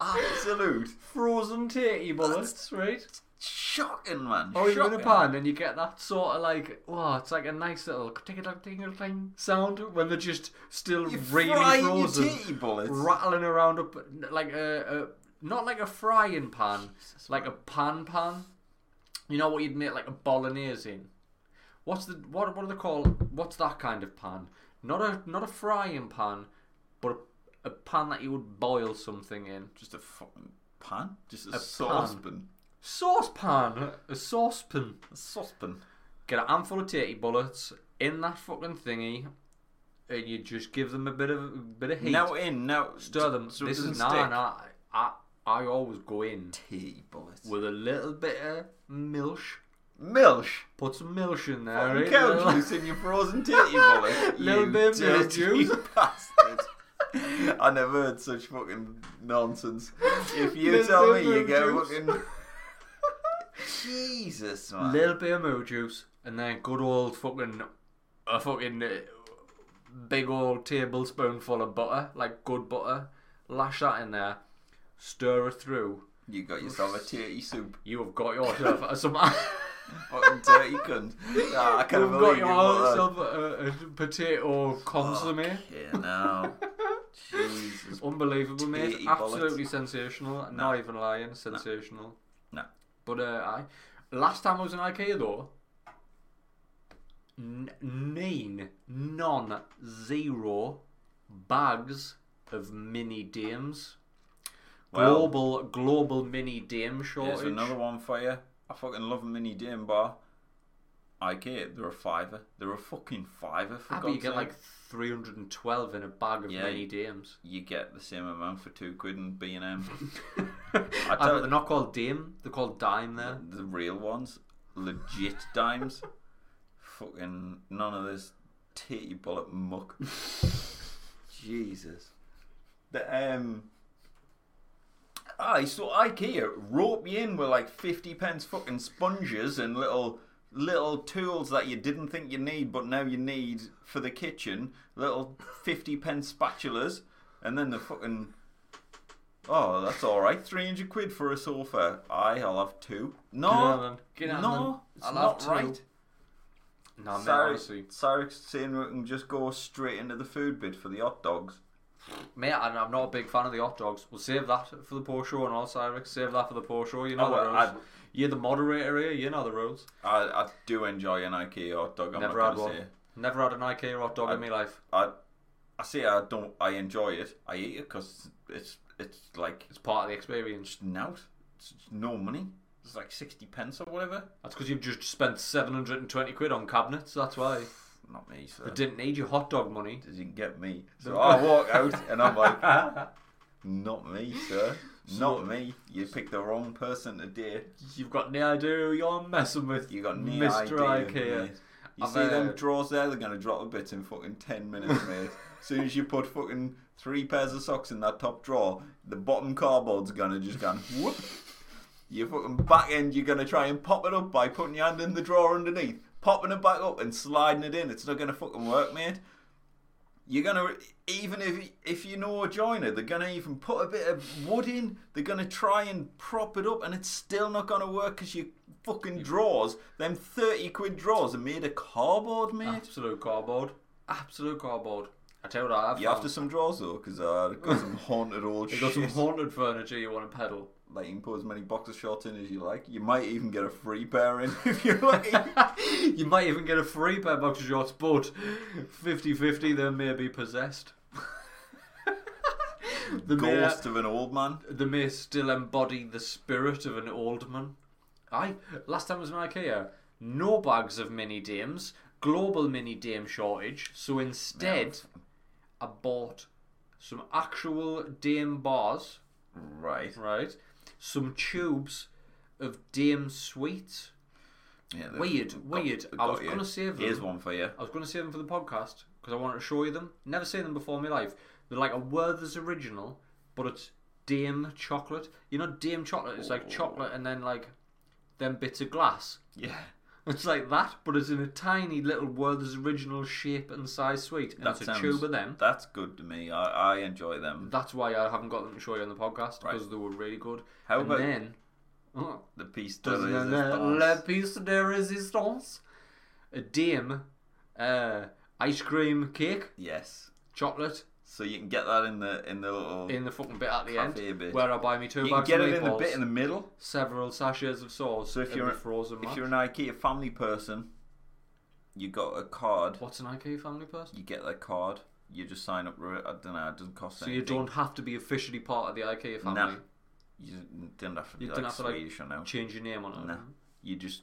absolute
frozen tatty bullets, right?
shocking, man.
Oh, you're in a
Shocking.
pan and you get that sort of like, wow, it's like a nice little ting a ting a ting sound when they're just still
You're
really
frying your
frozen,
titty bullets.
rattling around up like a, a not like a frying pan,
Jesus,
like a pan pan. You know what you'd make like a bolognese in. What's the what? What are they called? What's that kind of pan? Not a not a frying pan, but a, a pan that you would boil something in.
Just a fucking pan? Just a,
pan.
saucepan.
Saucepan, a saucepan.
A saucepan.
get a handful of tatty bullets in that fucking thingy, and you just give them a bit of a bit of heat.
Now in, now
stir them.
So it
this is
doesn't
nah,
stick.
nah. I I always go in
Titty bullets.
with a little bit of milch.
Milch.
Put some milch in there.
Fucking
right?
cow juice in your frozen titty bullets.
Oh, Little
you
bit of milk
dirty
juice.
bastard. I never heard such fucking nonsense. If you
Little
tell me
bit
you
of
go
juice.
fucking Jesus man.
little bit of moo juice, and then good old fucking a fucking uh, big old tablespoonful of butter, like good butter. Lash that in there, stir it through.
You got yourself a titty soup.
You have got yourself some.
Fucking dirty cunt. Nah, I can't
We've got
believe you
yourself a, a uh, potato consomme.
Yeah, no. Jesus.
Unbelievable, mate.
Potato
Absolutely
bollocks.
sensational. Not even lying. Sensational.
No.
But uh, I last time I was in IKEA though. N- mean non zero bags of mini dames.
Well,
global global mini dame
here's
shortage.
another one for you. I fucking love a mini dim bar. IKEA, they're a fiver. They're a fucking fiver for
Ah, but
God's
you get
sake.
like 312 in a bag of
Yeah.
mini dames.
You get the same amount for two quid in B and M.
I
tell you-
they're not called dame, they're called dime there.
The real ones, legit dimes. fucking none of this titty bullet muck. Jesus. The um. I so IKEA rope you in with like fifty pence fucking sponges and little little tools that you didn't think you need but now you need for the kitchen. Little fifty pence spatulas, and then the fucking. Oh, that's all right. Three hundred quid for a sofa. I, I'll have two. No,
Get on then. Get on then.
no, it's
I'll have
not
two.
right.
No, mate, honestly.
Cyrus, Cyrus saying we can just go straight into the food bid for the hot dogs.
Mate, I'm, I'm not a big fan of the hot dogs. We'll save that for the poor show and all, Cyrix. Save that for the poor show. You know
Oh,
the
well,
rules.
I-
You're the moderator here. You know the rules.
I, I do enjoy an IKEA hot dog. I'm
Never
not
had
gonna
one.
say.
Never had an IKEA hot dog in my life.
I I say I don't. I enjoy it. I eat it because it's it's like
It's part of the experience.
it's nout. It's, it's no money. It's like sixty pence or whatever.
That's because you've just spent 720 quid on cabinets. That's why.
Not me. So
I didn't need your hot dog money.
didn't get me. So I walk out and I'm like, not me, sir. Not me. You picked the wrong person to date.
You've got no idea who you're messing with.
You got no
Mr.
idea,
IKEA.
mate. You
I've,
see them
uh,
drawers there? They're gonna drop a bit in fucking ten minutes, mate. As soon as you put fucking three pairs of socks in that top drawer, the bottom cardboard's gonna just go whoop. Your fucking back end, you're gonna try and pop it up by putting your hand in the drawer underneath, popping it back up and sliding it in. It's not gonna fucking work, mate. You're gonna even if if you know a joiner, they're gonna even put a bit of wood in. They're gonna try and prop it up, and it's still not gonna work because your fucking drawers, them thirty quid drawers, are made of cardboard, mate.
Absolute cardboard. Absolute cardboard. I tell you what, I've
you after some drawers though, because uh, I've got some haunted old
You
shit.
got some haunted furniture you want to pedal.
like you can put as many boxer shorts in as you like. You might even get a free pair in if you're lucky.
you might even get a free pair of boxer shorts, but 50 50 they may be possessed. they, may,
Ghost of an old man.
they may still embody the spirit of an old man. I last time I was in IKEA, no bags of mini dames, global mini dame shortage. So instead, I bought some actual dame bars.
Right.
right? Some tubes of Dame Sweets.
Yeah, they've
Weird,
got-
weird.
they've
I
got
was
you.
gonna save them.
Here's one for you.
I was going to save them for the podcast because I wanted to show you them. Never seen them before in my life. They're like a Werther's original, but it's Dame chocolate. You know Dame chocolate. It's like chocolate and then like then bits of glass.
Yeah.
It's like that, but it's in a tiny little Werther's original shape and size sweet, and it's a tube of them.
That's good to me. I, I enjoy them.
That's why I haven't got them to show you on the podcast
Right.
because they were really good.
How
and
about-
then Oh.
The piece de
La
resistance.
piece de resistance. A dame, uh, ice cream cake,
Yes.
chocolate
So you can get that in the in the little.
in the fucking bit at the end.
Oh, Cafe bit.
Where I buy me two
you can
bags
get
of
it in the
meatballs,
bit in the middle.
several sachets of sauce.
So if
every
you're-
frozen
If
match.
you're an IKEA family person, you got a card.
what's an IKEA family person?
You get that card. You just sign up. for it. I don't know. It doesn't cost
So you
anything.
don't have to be officially part of the IKEA
Nah.
family.
You didn't have to be
You
like
don't have to, like, Mm-hmm.
Swedish or no.
Change your name on it.
Nah. You just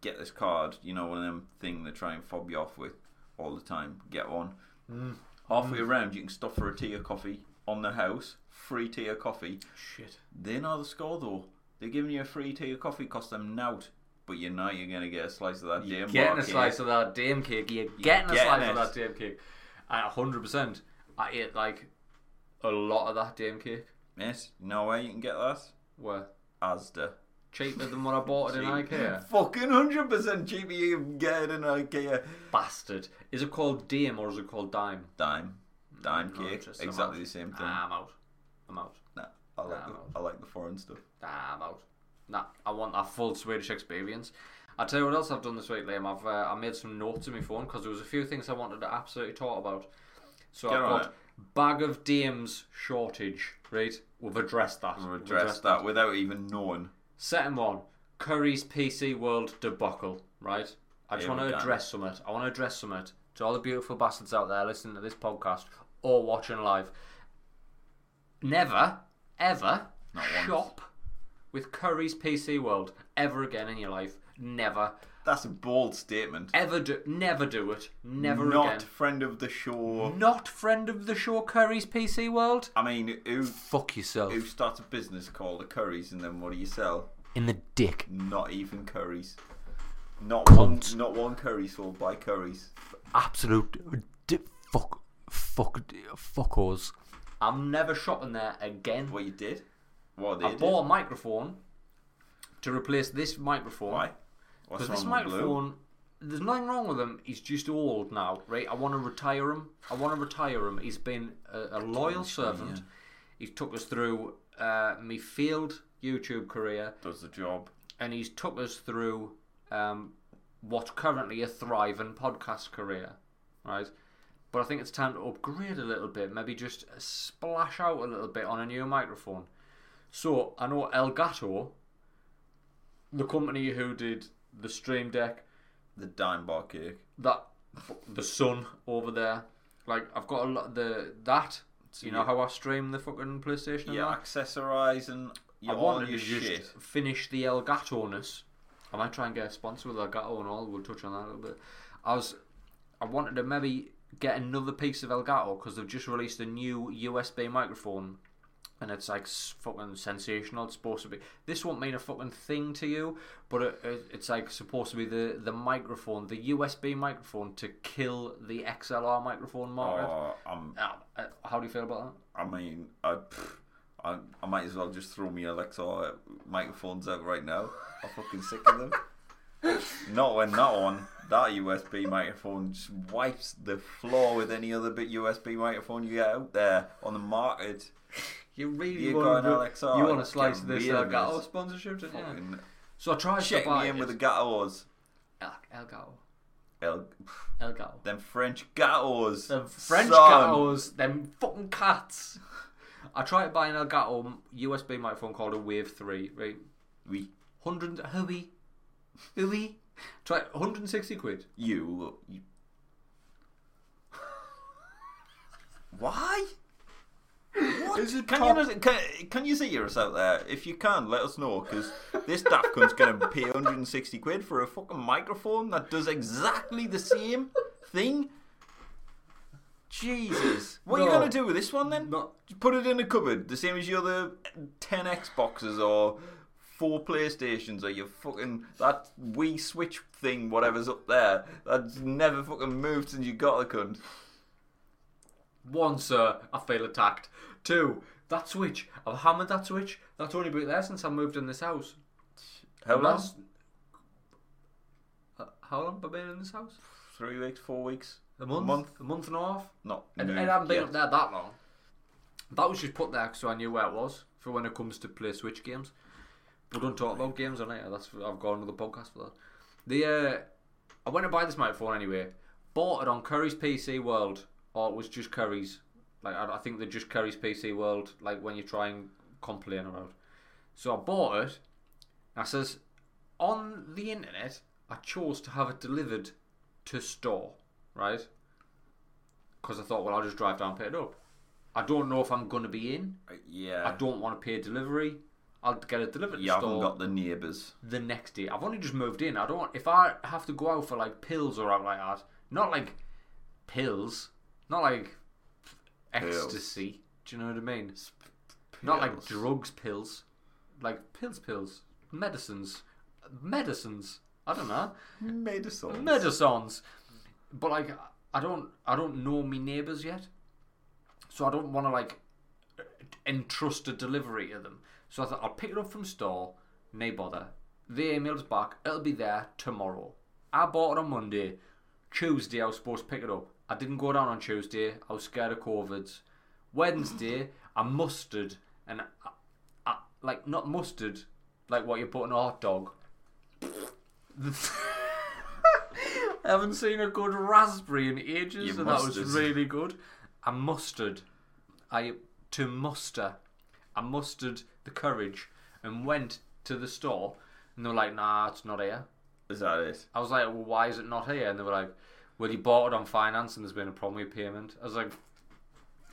get this card. You know, one of them thing they try and fob you off with all the time. Get one.
Mm.
Halfway around, you can stop for a tea or coffee on the house. Free tea or coffee.
Shit.
They know the score though. They're giving you a free tea or coffee, cost them nout. But you know you're gonna get a slice of that damn
Getting
bar
a
cake.
slice of that damn cake. You're getting a
getting
slice
it.
of that damn cake. At 100%, I ate like a lot of that damn cake.
Miss, you know where you can get that?
Where
Asda.
cheaper than what I bought it in
Cheap.
IKEA.
Fucking hundred percent cheaper you can get it in IKEA.
Bastard. Is it called Dame or is it called Dime?
Dime. Dime
Mm, no,
cake.
just
Exactly the same thing.
Nah, I'm out. I'm out.
Nah, I like
nah,
the, I like the foreign stuff.
Nah, I'm out. Nah, I want that full Swedish experience. I tell you what else I've done this week, Liam. I've uh, I made some notes in my phone because there was a few things I wanted to absolutely talk about. So
Get
I've
on
got bag of Dames shortage. Right, we've addressed that.
We'll address that without even knowing.
Second one, Curry's PC World debacle, right? I just
Here
want
we
to
go.
address something. I want to address something to all the beautiful bastards out there listening to this podcast or watching live. Never, ever
Not once.
shop with Curry's PC World ever again in your life. Never,
That's a bold statement.
ever do, never do it. Never
Not
again.
friend of the show.
Not friend of the show, Curry's PC World.
I mean, who
Fuck yourself
who starts a business called the Curries and then what do you sell?
in the dick.
Not even curries. Not
Cunt.
one. Not one curry sold by curries.
absolute d- fuck fuck fuckers. I'm never shopping there again.
What you did? What they
I
did?
bought a microphone to replace this microphone
Why? What's
because
wrong
this
with Blue?
microphone. There's nothing wrong with him. He's just old now, right? I want to retire him. I want to retire him. He's been a, a loyal servant. He took us through uh, me failed YouTube career,
does the job.
and he's took us through um, what's currently a thriving podcast career, right? But I think it's time to upgrade a little bit, maybe just splash out a little bit on a new microphone. So I know Elgato, the company who did the Stream Deck,
The dime bar cake.
that the Sun over there, like I've got a lot the that. You know how I stream the fucking PlayStation? and
Yeah,
that?
accessorizing
I
your, all
wanted to
your
just
shit.
finish the Elgato-ness. I might try and get a sponsor with Elgato and all. We'll touch on that a little bit. I was, I wanted to maybe get another piece of Elgato because they've just released a new USB microphone, and it's like s- fucking sensational. It's supposed to be. This won't mean a fucking thing to you, but it, it, it's like supposed to be the the microphone, the USB microphone to kill the XLR microphone market.
Oh, I'm,
Uh, uh, how do you feel about that?
I mean, I, pff, I, I might as well just throw me Alexa microphones out right now. I'm fucking sick of them. Not when that one, that USB microphone just wipes the floor with any other bit USB microphone you get out there on the market.
You really
You
want
got an Alexa,
you want to
get
slice of this
rid of
Elgato
this.
sponsorship? Don't you?
Fucking
So I tried
check
to buy
me in
it.
with the gatos.
El- Elgato.
El,
Elgato.
them French gatos.
The French
Son.
gatos, them fucking cats. I tried to buy an Elgato USB microphone called a Wave 3, right?
We,
100, hooey, hooey. Try 160 quid.
you, you. Why? What?
Is it
can,
top-
you, not- can, can you see us out there? If you can, let us know because this daft cunt's going to pay 160 quid for a fucking microphone that does exactly the same thing. Jesus. What are you
No.
going to do with this one then?
Not
Just Put it in a cupboard, the same as your other ten Xboxes or four PlayStations or your fucking that Wii Switch thing, whatever's up there. That's never fucking moved since you got the cunt.
one, sir, I feel attacked. Two, that switch. I've hammered that switch. That's only been there since I moved in this house.
How long?
That's- Uh, how long have I been in this house?
Three weeks, four weeks,
A month?
Month.
A month and a half?
not.
And,
moved
and I haven't been
yet.
up there that long. That was just put there so I knew where it was for when it comes to play Switch games. We don't talk about games on here. That's I've got another podcast for that. The uh, I went to buy this microphone anyway. Bought it on Curry's PC World, or it was just Curry's. Like I, I think they're just Curry's PC World. Like when you try and complain around. So I bought it. And I says on the internet, I chose to have it delivered to store, right? Because I thought, well, I'll just drive down and pick it up. I don't know if I'm gonna be in.
Uh, Yeah.
I don't want to pay delivery. I'll get it delivered to
you haven't
store
got the neighbours.
the next day. I've only just moved in. I don't want if I have to go out for like pills or out like that. Not like pills. Not like ecstasy. Do you know what I mean? Not like
Pills.
drugs, pills. Like pills, pills, medicines, medicines. I don't know
Medicine.
medicines. But like, I don't, I don't know me neighbours yet, so I don't want to like entrust a delivery to them. So I thought I'll pick it up from store. Nay bother. They emailed us back. It'll be there tomorrow. I bought it on Monday. Tuesday I was supposed to pick it up. I didn't go down on Tuesday. I was scared of COVID. Wednesday I mustered and I, I, uh, like not mustard, like what you put in a hot dog. I haven't seen a good raspberry in ages,
You
and that was
mustard.
really good. I mustered. I to muster. I mustered the courage and went to the store, and they were like, "Nah, it's not here."
Is that it?
I was like, well, why is it not here? And they were like, well, you bought it on finance and there's been a problem with payment. I was like,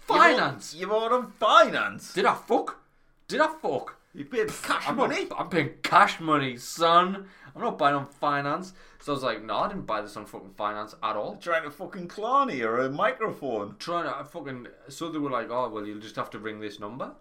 finance?
You're on, on finance.
Did I fuck? Did I fuck?
You paid cash
I'm
money.
Not, I'm paying cash money, son. I'm not buying on finance. So I was like, no, I didn't buy this on fucking finance at all.
Trying to fucking Clarny or a microphone.
Trying to I fucking. So they were like, oh, well, you'll just have to ring this number.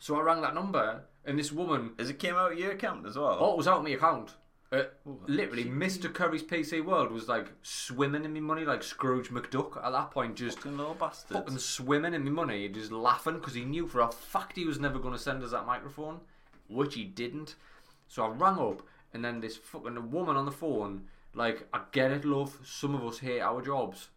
So I rang that number and this woman,
As it came out of your account as well.
oh, it was out of my account. Uh, literally, Mr. Curry's PC World was like swimming in me money, like Scrooge McDuck at that point, just
fucking little bastards.
fucking swimming in the money, just laughing because he knew for a fact he was never going to send us that microphone, which he didn't. So I rang up, and then this fucking woman on the phone, like, I get it, love. Some of us hate our jobs.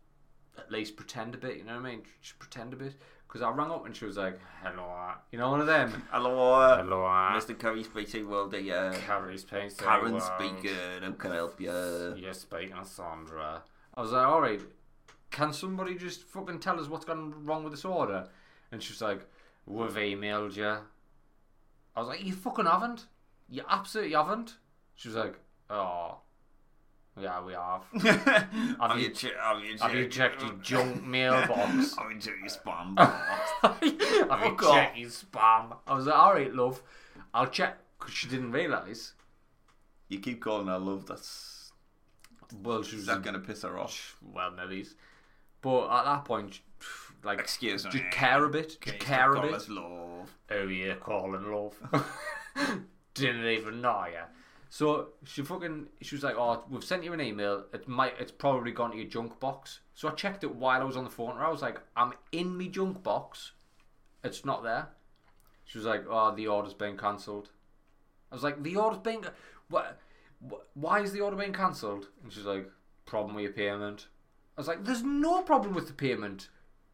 At least pretend a bit, you know what I mean? Just pretend a bit. Because I rang up and she was like, hello, ah." you know, one of them.
Hello, uh,
Hello, ah.
Mr. Curry speaking. Well, the uh,
Carrie's painting.
Karen
uh,
speaking. How can I help you?
Yes, speaking of Sandra. I was like, alright, can somebody just fucking tell us what's gone wrong with this order? And she was like, we've emailed you. I was like, you fucking haven't. You absolutely haven't. She was like, oh, yeah, we have.
have
you-
you che- have you
Have you checked your junk mailbox?
Have you checked your spam
Oh.
box?
have you
Fuck off.
checked your spam? I was like, alright, love, I'll check. Because she didn't realise.
you keep calling her love. That's
Well, she was
that's gonna piss her off.
well, maybe. But at that point, like,
Excuse me.
do you care a bit? Do you care a
Call
bit?
us love.
Oh yeah, calling love. Didn't even know ya. So she fucking she was like, "Oh, we've sent you an email. It might, it's probably gone to your junk box." So I checked it while I was on the phone. And I was like, "I'm in me junk box. It's not there." She was like, "Oh, the order's been cancelled." I was like, "The order's been what? wh- Why is the order being cancelled?" And she's like, "Problem with your payment." I was like, "There's no problem with the payment.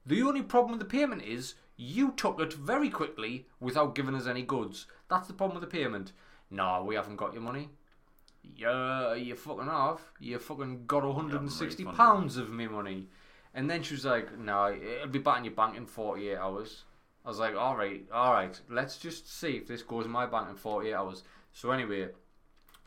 The only problem with the payment is you took it very quickly without giving us any goods. That's the problem with the payment. No, we haven't got your money. Yeah, you fucking have. You fucking got 160
refunded.
pounds of me money. And then she was like, "No, it'll be back in your bank in 48 hours." I was like, "All right, all right. Let's just see if this goes in my bank in 48 hours." So anyway,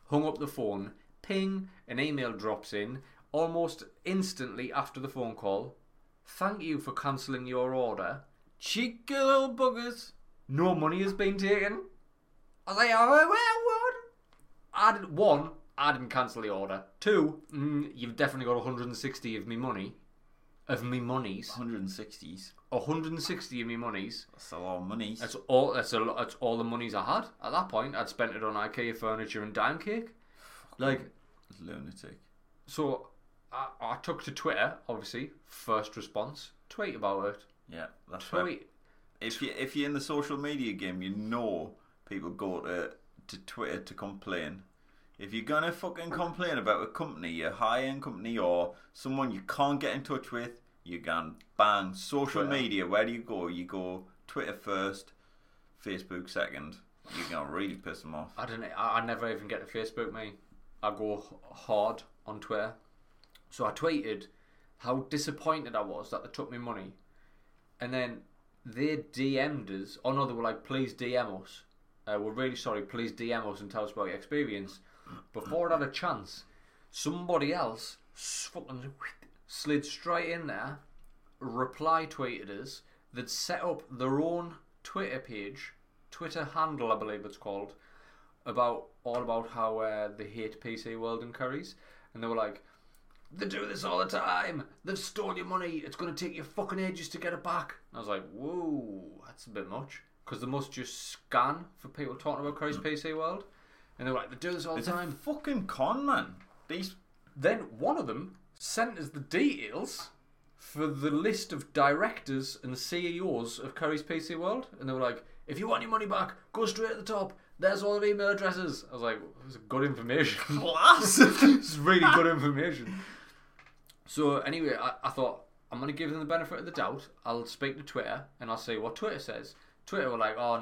hung up the phone, ping, an email drops in almost instantly after the phone call. Thank you for cancelling your order.
Cheeky little buggers.
No money has been taken. I was like, oh, well, what? I didn't, one, I didn't cancel the order. Two, mm, you've definitely got 160 of me money. Of me monies.
160s.
160 of me monies.
That's a lot of money.
That's all, that's, a, lo- that's all the monies I had. At that point, I'd spent it on IKEA furniture and dime cake. Like,
Lunatic.
So I, I took to Twitter, obviously, first response. Tweet about it.
Yeah, that's right.
Tweet.
If you if you're in the social media game, you know people go to to Twitter to complain. If you're gonna fucking complain about a company, a high end company or someone you can't get in touch with, you can bang social
Twitter.
media. Where do you go? You go Twitter first, Facebook second. You're gonna really piss them off.
I don't. I, I never even get to Facebook me. I go h- hard on Twitter. So I tweeted how disappointed I was that they took me money, and then they DM'd us. Oh no, they were like, "Please DM us. Uh, we're really sorry. Please DM us and tell us about your experience." Before it had a chance, somebody else s- fucking slid straight in there, reply tweeted us. They'd set up their own Twitter page, Twitter handle, I believe it's called, about all about how uh, they hate PC World and Curries, and they were like, "They do this all the time. They've stolen your money. It's going to take you fucking ages to get it back." And I was like, "Whoa, that's a bit much." Because they must just scan for people talking about Curry's PC World, and they were like, "They do this all
It's
the
a
time."
fucking con man. These
Then one of them sent us the details for the list of directors and CEOs of Curry's PC World, and they were like, "If you want your money back, go straight to the top. There's all the email addresses." I was like, "This is good information.
class.
this is really good information." So anyway, I, I thought I'm gonna give them the benefit of the doubt. I'll speak to Twitter and I'll see what Twitter says. Twitter were like, "Oh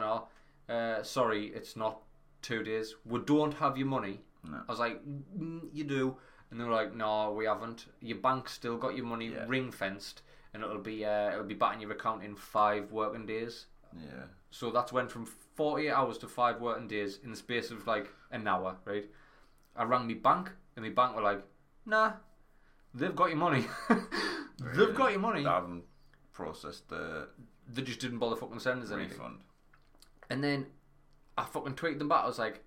no, uh, sorry, it's not two days. We don't have your money."
No.
I was like, mm, "You do," and they were like, "No, we haven't. Your bank's still got your money
Yeah.
ring fenced, and it'll be uh, it'll be back in your account in five working days."
yeah.
So that's went from 48 hours to five working days in the space of like an hour, right? I rang my bank, and my bank were like, "Nah, they've got your money. they've got your money.
They haven't processed the
They just didn't bother fucking sending us anything."
refund.
And then I fucking tweeted them back. I was like,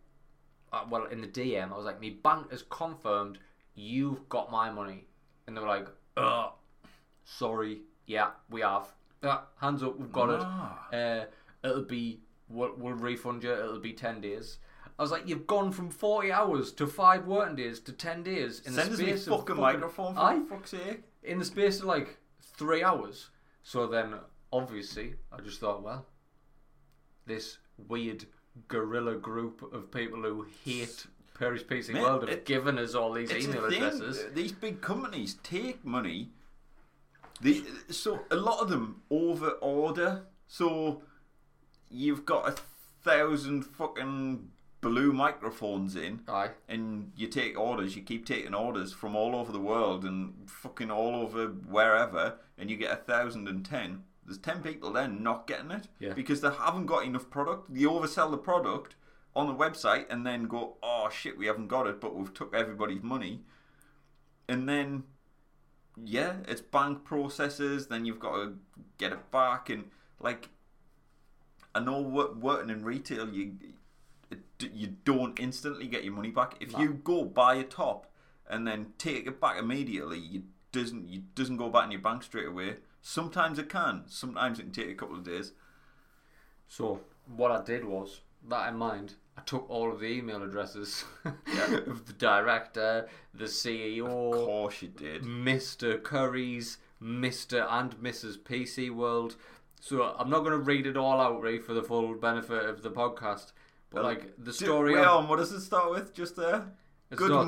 uh, well, in the DM, I was like, me bank has confirmed you've got my money. And they were like, uh, sorry. Yeah, we have. Yeah, hands up, we've got
Ah.
it. Uh, it'll be, we'll, we'll refund you, it'll be 10 days. I was like, you've gone from 40 hours to 5 working days to 10 days in
Send
the
us me
space
fucking,
of fucking,
microphone for
Aye
fuck's sake.
in the space of like three hours. So then, obviously, I just thought, well, this weird guerrilla group of people who hate Perry's PC
Mate,
World have
it-
given us all these
It's
email
a thing. Uh,
addresses.
These big companies take money. They, so a lot of them over order. So you've got a thousand fucking blue microphones in.
Aye.
and you take orders, you keep taking orders from all over the world and fucking all over wherever, and you get a thousand and ten. There's ten people then not getting it
Yeah.
because they haven't got enough product. They oversell the product on the website and then go, "Oh shit, we haven't got it, but we've took everybody's money." And then, yeah, it's bank processes. Then you've got to get it back and like, I know what working in retail, you d- you don't instantly get your money back. If
No.
you go buy a top and then take it back immediately, you doesn't you doesn't go back in your bank straight away. Sometimes it can. Sometimes it can take a couple of days.
So what I did was that in mind. I took all of the email addresses
Yeah.
of the director, the E
Of
CEO,
course you did.
Mr. Curry's, Mr. and Mrs. PC World. So I'm not going to read it all out, Ray, for the full benefit of the podcast. But like the
Did-
story
Wait
of
on. What does it start with? Just there.
It's
Good
not.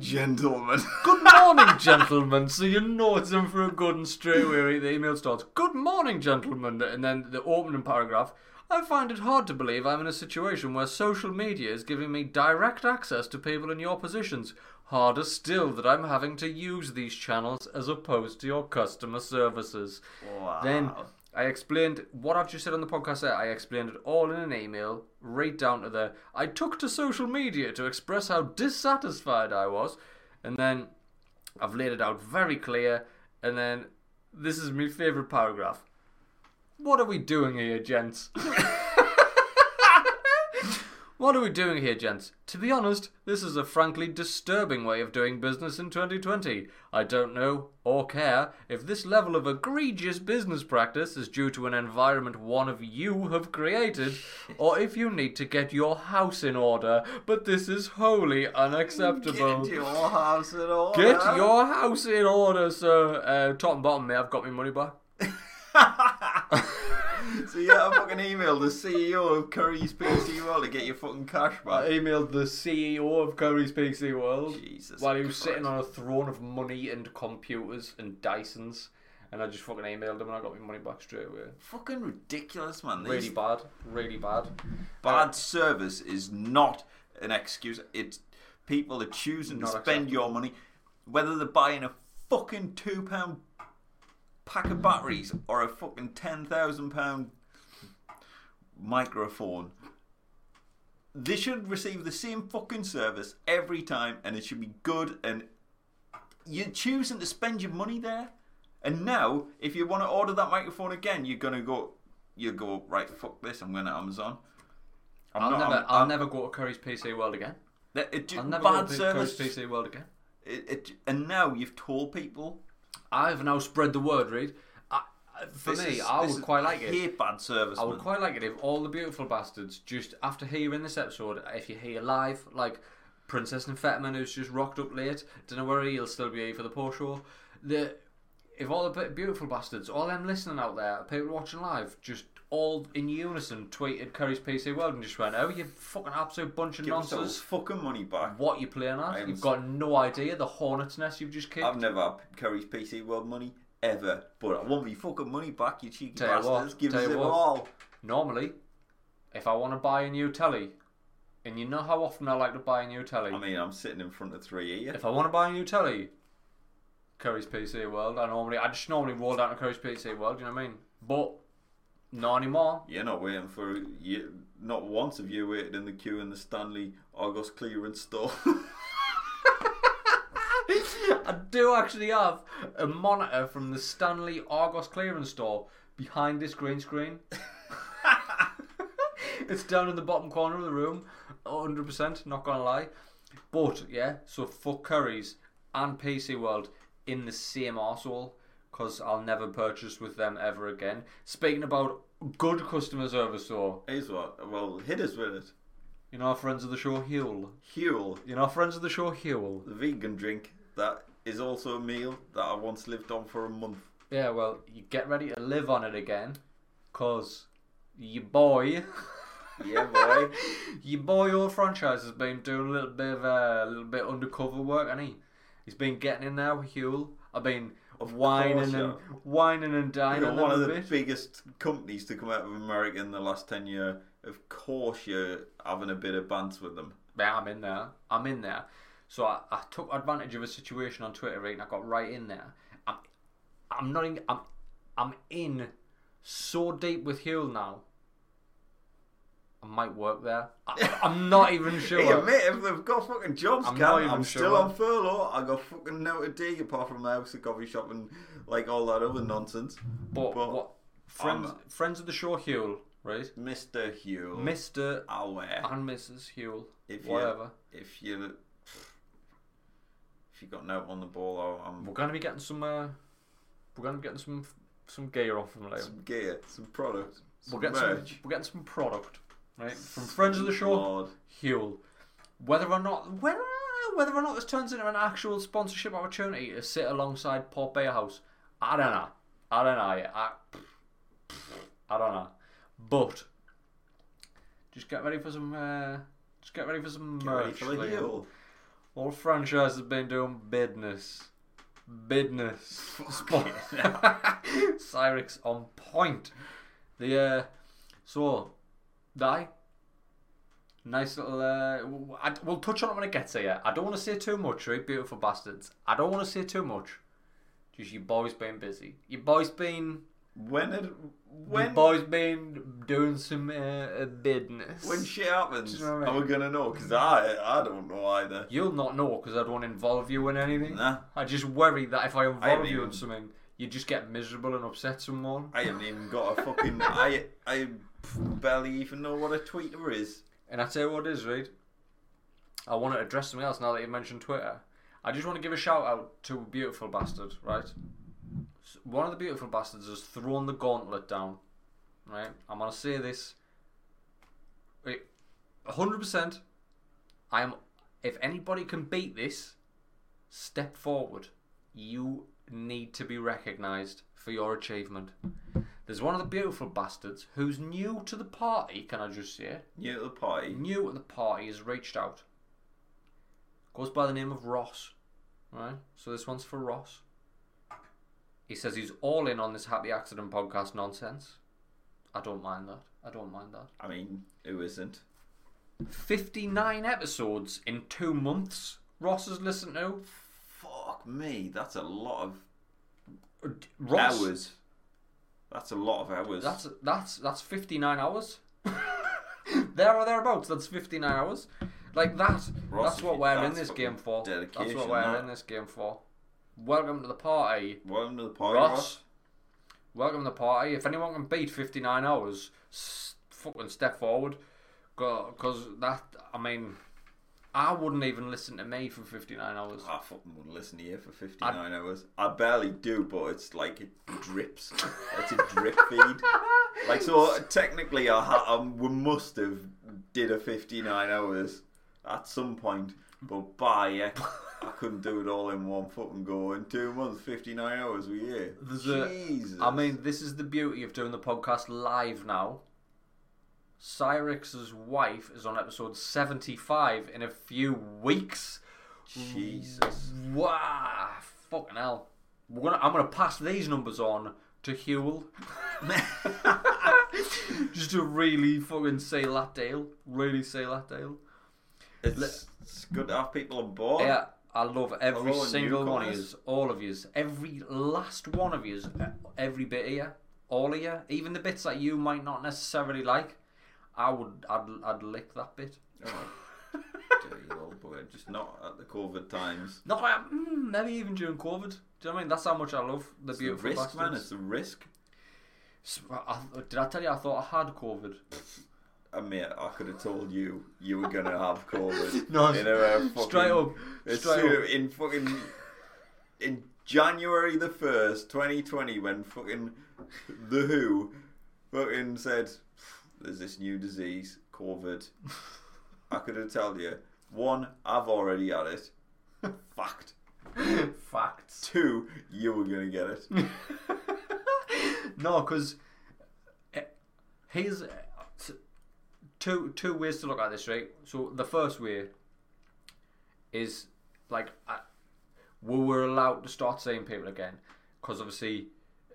gentlemen.
Good morning, gentlemen. So you know it's in for a good and straight away. The email starts, Good morning, gentlemen. And then the opening paragraph, I find it hard to believe I'm in a situation where social media is giving me direct access to people in your positions. Harder still that I'm having to use these channels as opposed to your customer services.
wow.
Then I explained what I've just said on the podcast. There, I explained it all in an email, right down to the. I took to social media to express how dissatisfied I was, and then I've laid it out very clear. And then this is my favorite paragraph. What are we doing here, gents? What are we doing here, gents? To be honest, this is a frankly disturbing way of doing business in 2020. I don't know or care if this level of egregious business practice is due to an environment one of you have created, or if you need to get your house in order, but this is wholly unacceptable.
Get your house at all.
Get your house in order, sir. Uh, top and bottom, mate, I've got my money back.
so you got a fucking email the CEO of Curry's PC World to get your fucking cash
I
back.
emailed the CEO of Curry's PC World
Jesus
while he was
Christ.
sitting on a throne of money and computers and Dysons. and I just fucking emailed them and I got my money back straight away.
Fucking ridiculous, man.
Really
These
bad, really bad.
bad service is not an excuse. It's people are choosing to
Not
spend
acceptable.
your money, whether they're buying a fucking two pound pack of batteries or a fucking ten thousand pound microphone. They should receive the same fucking service every time, and it should be good. And you're choosing to spend your money there. And now, if you want to order that microphone again, you're gonna go. You go right. Fuck this. I'm going to Amazon. I'm
I'll
not-
never,
I'm-
i will
I'm-
never go to Curry's PC World again.
that- It, ju-
I'll never
bad
go to Curry's
service.
PC World again.
It, it, and now you've told people.
I've now spread the word, Reed. I, I- for
this
me,
is-
I
this
would
is-
quite like
I
it.
Hate bad service.
I would
man.
quite like it if all the beautiful bastards just after hearing this episode, if you hear live, like Princess and Fetman who's just rocked up late, don't know where he'll still be for the poor show. The if all the be- beautiful bastards, all them listening out there, people watching live, just all in unison tweeted Curry's PC World and just went, "Oh, you fucking absolute bunch of
Give us all
nonsense!
fucking money back.
What you playing
I
at?
am
You've
s-
got no idea the hornet's nest you've just kicked."
I've never had Curry's PC World money ever, but I want me fucking money back. You cheeky
Tell you
bastards.
what,
Give
tell
us
you
it
what.
all.
Normally, if I want to buy a new telly, and you know how often I like to buy a new telly.
I mean, I'm sitting in front of three here.
If I want to buy a new telly, Curry's PC World. I normally, I just normally roll down to Curry's PC World. You know what I mean? But not anymore.
You're not waiting for you. Not once have you waited in the queue in the Stanley August clearance store.
I do actually have a monitor from the Stanley Argos clearance store behind this green screen. it's down in the bottom corner of the room, 100%, not gonna lie. But, yeah, so fuck Curry's and PC World in the same arsehole, because I'll never purchase with them ever again. Speaking about good customer service, though,
Here's what. Well, hit us with it.
you know our friends of the show, Huel.
Huel,
You know our friends of the show, Huel.
the vegan drink that is also a meal that I once lived on for a month.
Yeah, well, you get ready to live on it again, cause your boy,
Yeah, boy.
your boy, your franchise has been doing a little bit of a uh, little bit undercover work, and he he's been getting in there with Huel. I've been
Of
whining and
course, yeah.
whining and dining
You're
them
one
a
of the
bit.
biggest companies to come out of America in the last 10 year. Of course, you're having a bit of bants with them.
Yeah, I'm in there. I'm in there. So I, I took advantage of a situation on Twitter, right, and I got right in there. I'm, I'm not in. I'm, I'm in so deep with Huel now. I might work there. I, I'm not even
Hey,
sure.
mate, if they've got fucking jobs,
I'm
I'm,
not
can,
even
I'm
sure.
still on furlough. I got fucking no to dig apart from the house, the coffee shop, and like all that other nonsense.
But,
but
what? Friends,
I'm-
friends of the show, Huel, right?
Mr. Hugh,
Mister
I'll wear.
and Mrs. Huel,
If you-
Uh-huh. whatever.
If you if you got no on the ball, I'll- I'm
We're gonna be getting some. Uh, we're gonna be getting some some gear off from Liam.
some gear, some product, some
We're getting some.
merch.
We're getting some product, right? From friends of the show.
Lord.
Huel. Whether or not whether whether or not this turns into an actual sponsorship opportunity to sit alongside Port Bay House, I don't know. I don't know. yet. I, I don't know. But just get ready for some. Uh, just get ready for some
Get ready
merch.
for the
Liam.
heel.
All franchises have been doing business. Business. Spon- Cyrix on point. The uh, so die. Nice little. Uh, w- w- I, we'll touch on it when it gets here. I don't want to say too much, right, beautiful bastards. I don't want to say too much. Just your boy's been busy. Your boy's been.
When it
Your
when
boy's been doing some uh, business.
when shit happens,
Do you know what I
are
mean?
we gonna know? Because I I don't know either.
You'll not know because I don't involve you in anything.
Nah,
I just worry that if I involve
haven't
you in
even-
something, you just get miserable and upset someone.
I haven't even got a fucking I I barely even know what a tweeter is.
And I tell you what it is, Reid. I want to address something else now that you mentioned Twitter. I just want to give a shout out to a beautiful bastard, right? S- One of the beautiful bastards has thrown the gauntlet down, right? I'm going to say this. It- 100%. I am. If anybody can beat this, step forward. You need to be recognised for your achievement. There's one of the beautiful bastards who's new to the party, can I just say?
New to the party.
new at the party has reached out. Goes by the name of Ross. Right? So this one's for Ross. He says he's all in on this happy accident podcast nonsense. I don't mind that. I don't mind that.
I mean, who isn't?
59 episodes in two months. Ross has listened to.
Fuck me, that's a lot of
Ross,
hours. That's a lot of hours.
That's that's that's 59 hours. there or thereabouts. That's 59 hours. Like that.
Ross,
that's
if
what
you-
we're in
that's
this
fucking
game for. That's
dedication,
what we're
that.
in this game for. Welcome to the party,
Welcome to the party,
Ross.
Ross.
Welcome to the party. If anyone can beat 59 hours, s- fucking step forward. Because that, I mean, I wouldn't even listen to me for 59 hours.
I fucking wouldn't listen to you for 59 hours. I barely do, but it's like it drips. it's a drip feed. Like, so technically, I, ha- I we must have did a 59 hours at some point, but by heck, I couldn't do it all in one fucking go. In two months, 59 hours a year.
There's a-
Jesus.
I mean, this is the beauty of doing the podcast live now. Cyrix's wife is on episode 75 in a few weeks.
Jesus.
Wow, fucking hell. We're gonna, I'm going to pass these numbers on to Huel. Just to really fucking say that deal. Really say that deal.
It's, it's good to have people on board.
Yeah, I love every
Hello,
single one of
newcomers.
you, all of you, every last one of you, every bit of you, all of you, even the bits that you might not necessarily like. I would, I'd, I'd lick that bit.
Oh, dirty little boy. Just not at the COVID times.
Not like, mm, maybe even during COVID. Do you know what I mean? That's how much I love the
It's the
beautiful
risk, man. It's
bastards.
the risk.
S- I- did I tell you I thought I had COVID?
I mean, I could have told you you were gonna have COVID.
No,
you know, uh, fucking,
Straight up,
as
straight
soon-
up.
in fucking in January the first, twenty twenty, when fucking the Who fucking said there's this new disease, COVID. I could have told you one, I've already had it. Fact.
Facts.
Two, you were gonna get it.
No, because here's uh, t- two two ways to look at this, right? So the first way is like I, we were allowed to start seeing people again, because obviously,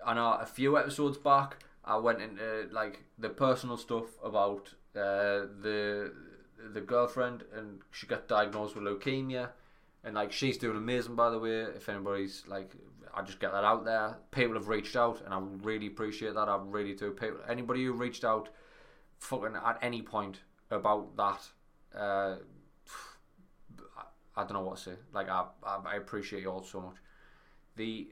I know a few episodes back I went into like the personal stuff about uh, the the girlfriend and she got diagnosed with leukemia. And like she's doing amazing, by the way. If anybody's like, I just get that out there. People have reached out, and I really appreciate that. I really do. People, anybody who reached out, fucking at any point about that, uh, I, I don't know what to say. Like I, I, I appreciate you all so much. The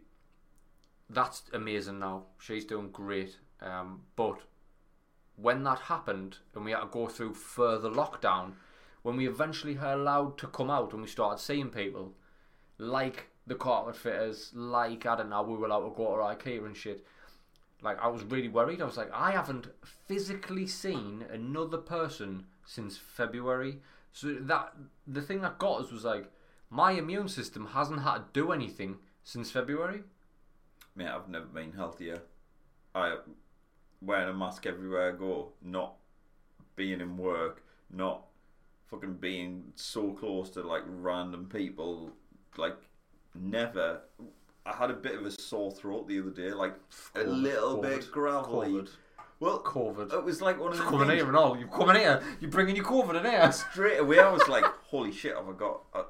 that's amazing. Now she's doing great. Um, but when that happened and we had to go through further lockdown, when we eventually were allowed to come out and we started seeing people, like the carpet fitters, like I don't know, we were allowed to go to IKEA and shit. Like I was really worried. I was like, I haven't physically seen another person since February. So that the thing that got us was like, my immune system hasn't had to do anything since February.
Mate, I've never been healthier. I wearing a mask everywhere I go, not being in work, not fucking being so close to like random people, like never. I had a bit of a sore throat the other day, like a
Covid,
little
Covid,
bit gravelly.
Covid.
Well,
Covid.
It was like one of the
Coming
things-
here and all. You're coming here. You're bringing your COVID in here.
straight away I was like, "Holy shit! Have I got? Uh,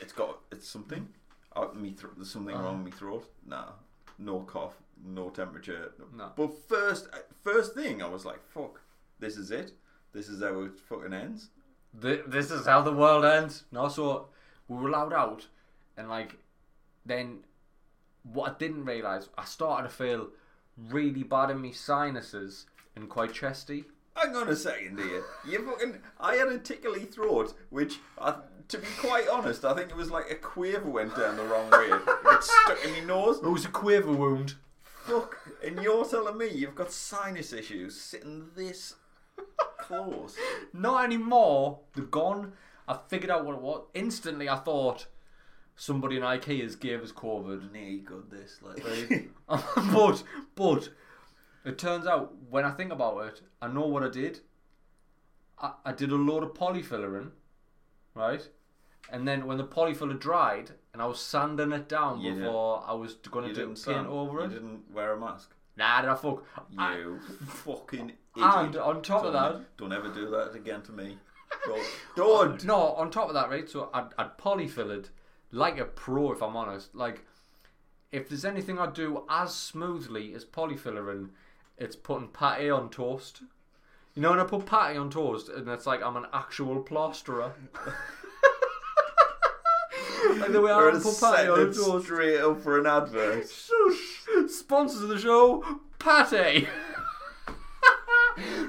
it's got. It's something. Uh, me thro- there's something wrong with my throat. Nah, no cough, no temperature.
No.
But first, uh, first thing I was like, "Fuck! This is it. This is how it fucking ends."
Th- this is how the world ends. No, so we were allowed out, and like, then what I didn't realize, I started to feel really bad in my sinuses and quite chesty.
Hang on a second here. You fucking. I had a tickly throat, which, I, to be quite honest, I think it was like a quiver went down the wrong way. It stuck in my nose.
It was a quiver wound.
Fuck! And you're telling me you've got sinus issues sitting this close?
Not anymore. They're gone. I figured out what it was. Instantly, I thought somebody in IKEA's gave us COVID.
nearly got this. Like,
but but it turns out when I think about it, I know what I did. I, I did a load of polyfillerin, right? And then when the polyfiller dried and I was sanding it down
You didn't-
before I was going to
You
do paint
didn't sand.
over
You
it.
didn't wear a mask.
Nah, did I fuck? I- Ah,
You fucking idiot.
and on top of
don't,
that,
don't ever do that again to me. Don't. don't.
No, on top of that, right? So I'd, I'd polyfillered like a pro, if I'm honest. Like, if there's anything I do as smoothly as polyfillering, it's putting patty on toast. You know, when I put patty on toast, and it's like I'm an actual plasterer. like the way I
We're
put patty on
setting it
toast.
straight up for an advert.
So, Sponsors of the show, patty.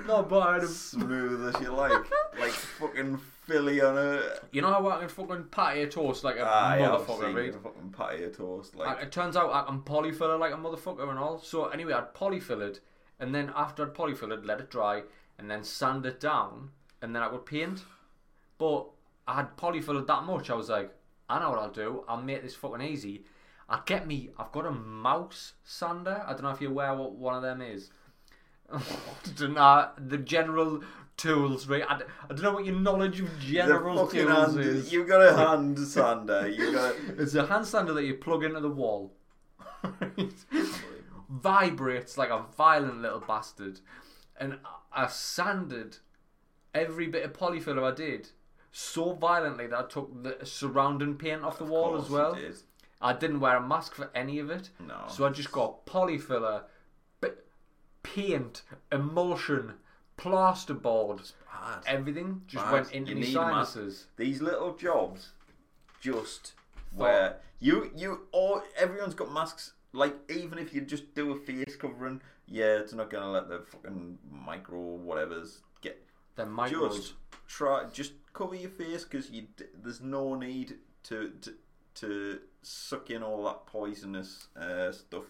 Not bad.
Smooth as you like. Like fucking Philly on a.
You know how I can fucking patty a toast like a
Aye, Ah, I've
motherfucker,
seen
right?
a fucking patty of toast. Like,
I, it turns out I- I'm polyfiller like a motherfucker and all. So anyway, I'd polyfillered, and then after I'd polyfillered, let it dry, and then sand it down, and then I would paint. But I had polyfillered that much, I was like, I know what I'll do. I'll make this fucking easy. I get me. I've got a mouse sander. I don't know if you're aware what one of them is. nah, the general tools, right? I, d- I don't know what your knowledge of
the
general
fucking
tools
hand.
is.
You got a hand sander. You got.
It's a handstander that you plug into the wall. Vibrates like a violent little bastard. And I- I sanded every bit of polyfiller I did so violently that I took the surrounding paint off the wall
Course
as
you
well.
did.
I didn't wear a mask for any of it.
No.
So I just got polyfiller, bi- paint, emulsion, plasterboard,
Bad.
everything just
Bad.
went into
You
my
need a mask.
sinuses.
these little jobs just where you you all everyone's got masks like even if you just do a face covering yeah it's not gonna let the fucking micro whatever's get
Then my
just try just cover your face because you d- there's no need to, to to suck in all that poisonous uh, stuff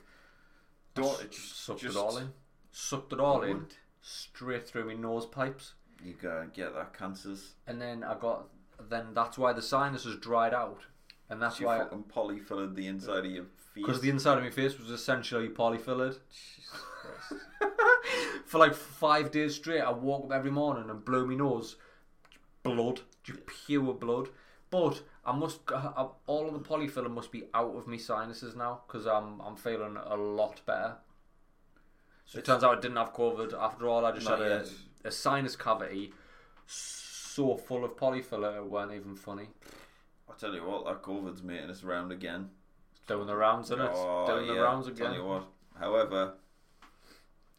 don't
S-
just,
sucked
just
it all in. Sucked it all in.
Don't.
Straight through my nose pipes.
you gotta get that cancers
And then I got then that's why the sinus has dried out. And that's
you
why
fucking polyfilled the inside of your face
because the inside of my face was essentially polyfilled.
Jesus Christ.
For like five days straight I woke up every morning and blew my nose. Blood. Just pure blood. But I must I, all of the polyfiller must be out of my sinuses now because I'm I'm feeling a lot better. So it turns out I didn't have COVID after all. I just
Not
had a,
yet.
a sinus cavity so full of polyfiller it weren't even funny.
I tell you what, that COVID's making us round again.
Doing the rounds, innit?
Oh,
Doing the
yeah,
rounds
Tell you
again.
what. However,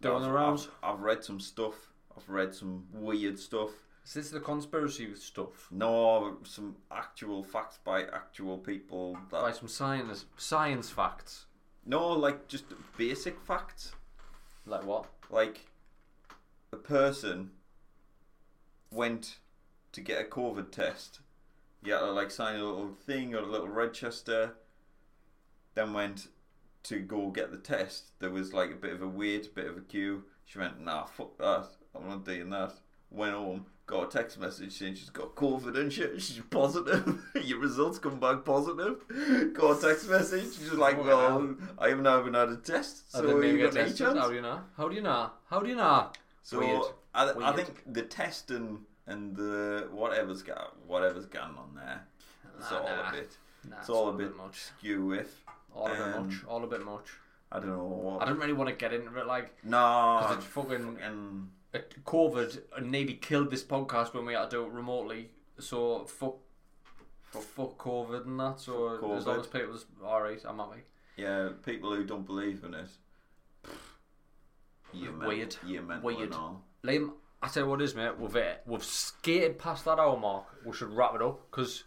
Doing
I've-
the rounds.
I've, I've read some stuff. I've read some weird stuff.
Is this the conspiracy stuff?
No, some actual facts by actual people. That
By some science science facts.
no, like just basic facts.
Like what?
Like a person went to get a COVID test. Yeah, like sign a little thing or a little register. Then went to go get the test. There was like a bit of a wait, bit of a queue. She went, nah, fuck that. I'm not doing that. Went home, got a text message saying she's got COVID and shit. She's positive. Your results come back positive. Got a text message. She's like,
Fucking
well, I haven't even had a test.
I
So
didn't even
you
get
got any
tested.
chance?
How do you know? How do you know? How do you know?
So
Weird.
I, I
Weird.
think the testing and the whatever's got whatever's going on there, it's
Nah,
all
Ah, nah.
a bit
Nah,
it's all a bit-
much.
skew if.
All a bit
Um,
much. All a bit much.
I don't know what.
I don't really want to get into it. Like,
no,
'cause it's fucking
fucking-
uh, COVID nearly killed this podcast when we had to do it remotely. So fuck, fuck COVID and that. So
Fuck
as long
COVID.
as people's all right, I'm happy.
yeah, people who don't believe in it. You men-
Weird.
You meant
Weird.
And all.
Liam, I tell you what it is, mate. We've eh, we've skated past that hour mark. We should wrap it up because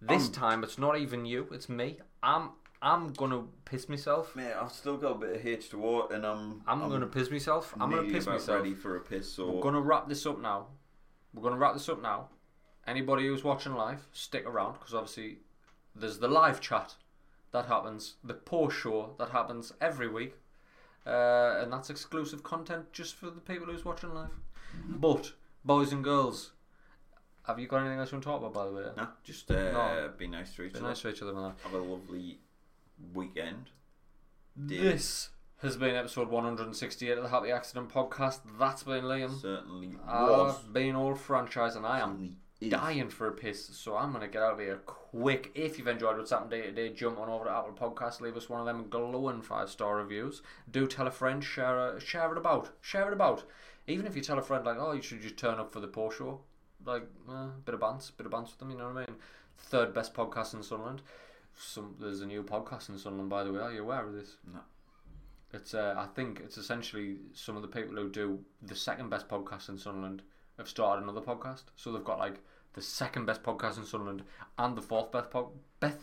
this
Um.
time it's not even you, it's me. I'm I'm gonna piss myself.
Mate, I've still got a bit of H to water, and I'm.
I'm, gonna piss myself. I'm gonna
nearly
piss
about
myself.
Ready for a piss? So
We're gonna wrap this up now. We're gonna wrap this up now. Anybody who's watching live, stick around because obviously there's the live chat that happens, the post show that happens every week, uh, and that's exclusive content just for the people who's watching live. But boys and girls, have you got anything else you want to talk about? By the way,
nah, just uh,
No.
be nice to each
be
other.
nice to each other. Man.
Have a lovely weekend. Dear.
This has been episode 168 of the Happy Accident podcast. That's been Liam.
Certainly was.
I've been all franchise, and I am
is-
dying for a piss, so I'm going to get out of here quick. If you've enjoyed what's happened day to day, jump on over to Apple Podcasts, leave us one of them glowing five star reviews. Do tell a friend, share a, share it about, share it about. Even if you tell a friend like, oh, you should just turn up for the poor show, like uh, bit of bants, bit of bants with them. You know what I mean? Third best podcast in Sunderland. Some there's a new podcast in Sunderland, by the way. Are you aware of this?
No.
It's uh, I think it's essentially some of the people who do the second best podcast in Sunderland have started another podcast. So they've got like the second best podcast in Sunderland and the fourth best po- best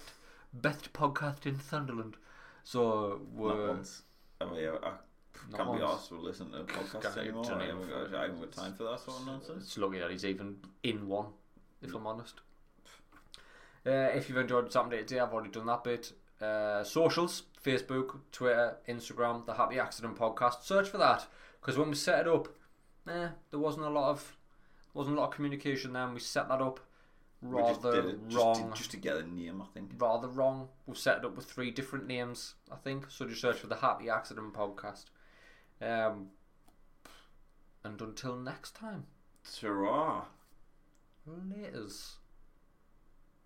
best podcast in Sunderland. So
Not
we're
once. I mean, I, I
Not
can't
once.
be asked to listen to
God,
podcasts anymore.
don't
I
even
haven't, got, I haven't got time for that sort of nonsense.
It's lucky that he's even in one, if
Mm.
I'm honest. Uh, if you've enjoyed what's happened today, I've already done that bit. Uh, socials, Facebook, Twitter, Instagram, the Happy Accident Podcast. Search for that because when we set it up, eh, there wasn't a lot of wasn't a lot of communication there, and we set that up
We just
rather
did it
wrong
Just to, just to get a name, I think.
rather wrong. We've set it up with three different names, I think. So just search for the Happy Accident Podcast. Um, and until next time,
Tara.
laters.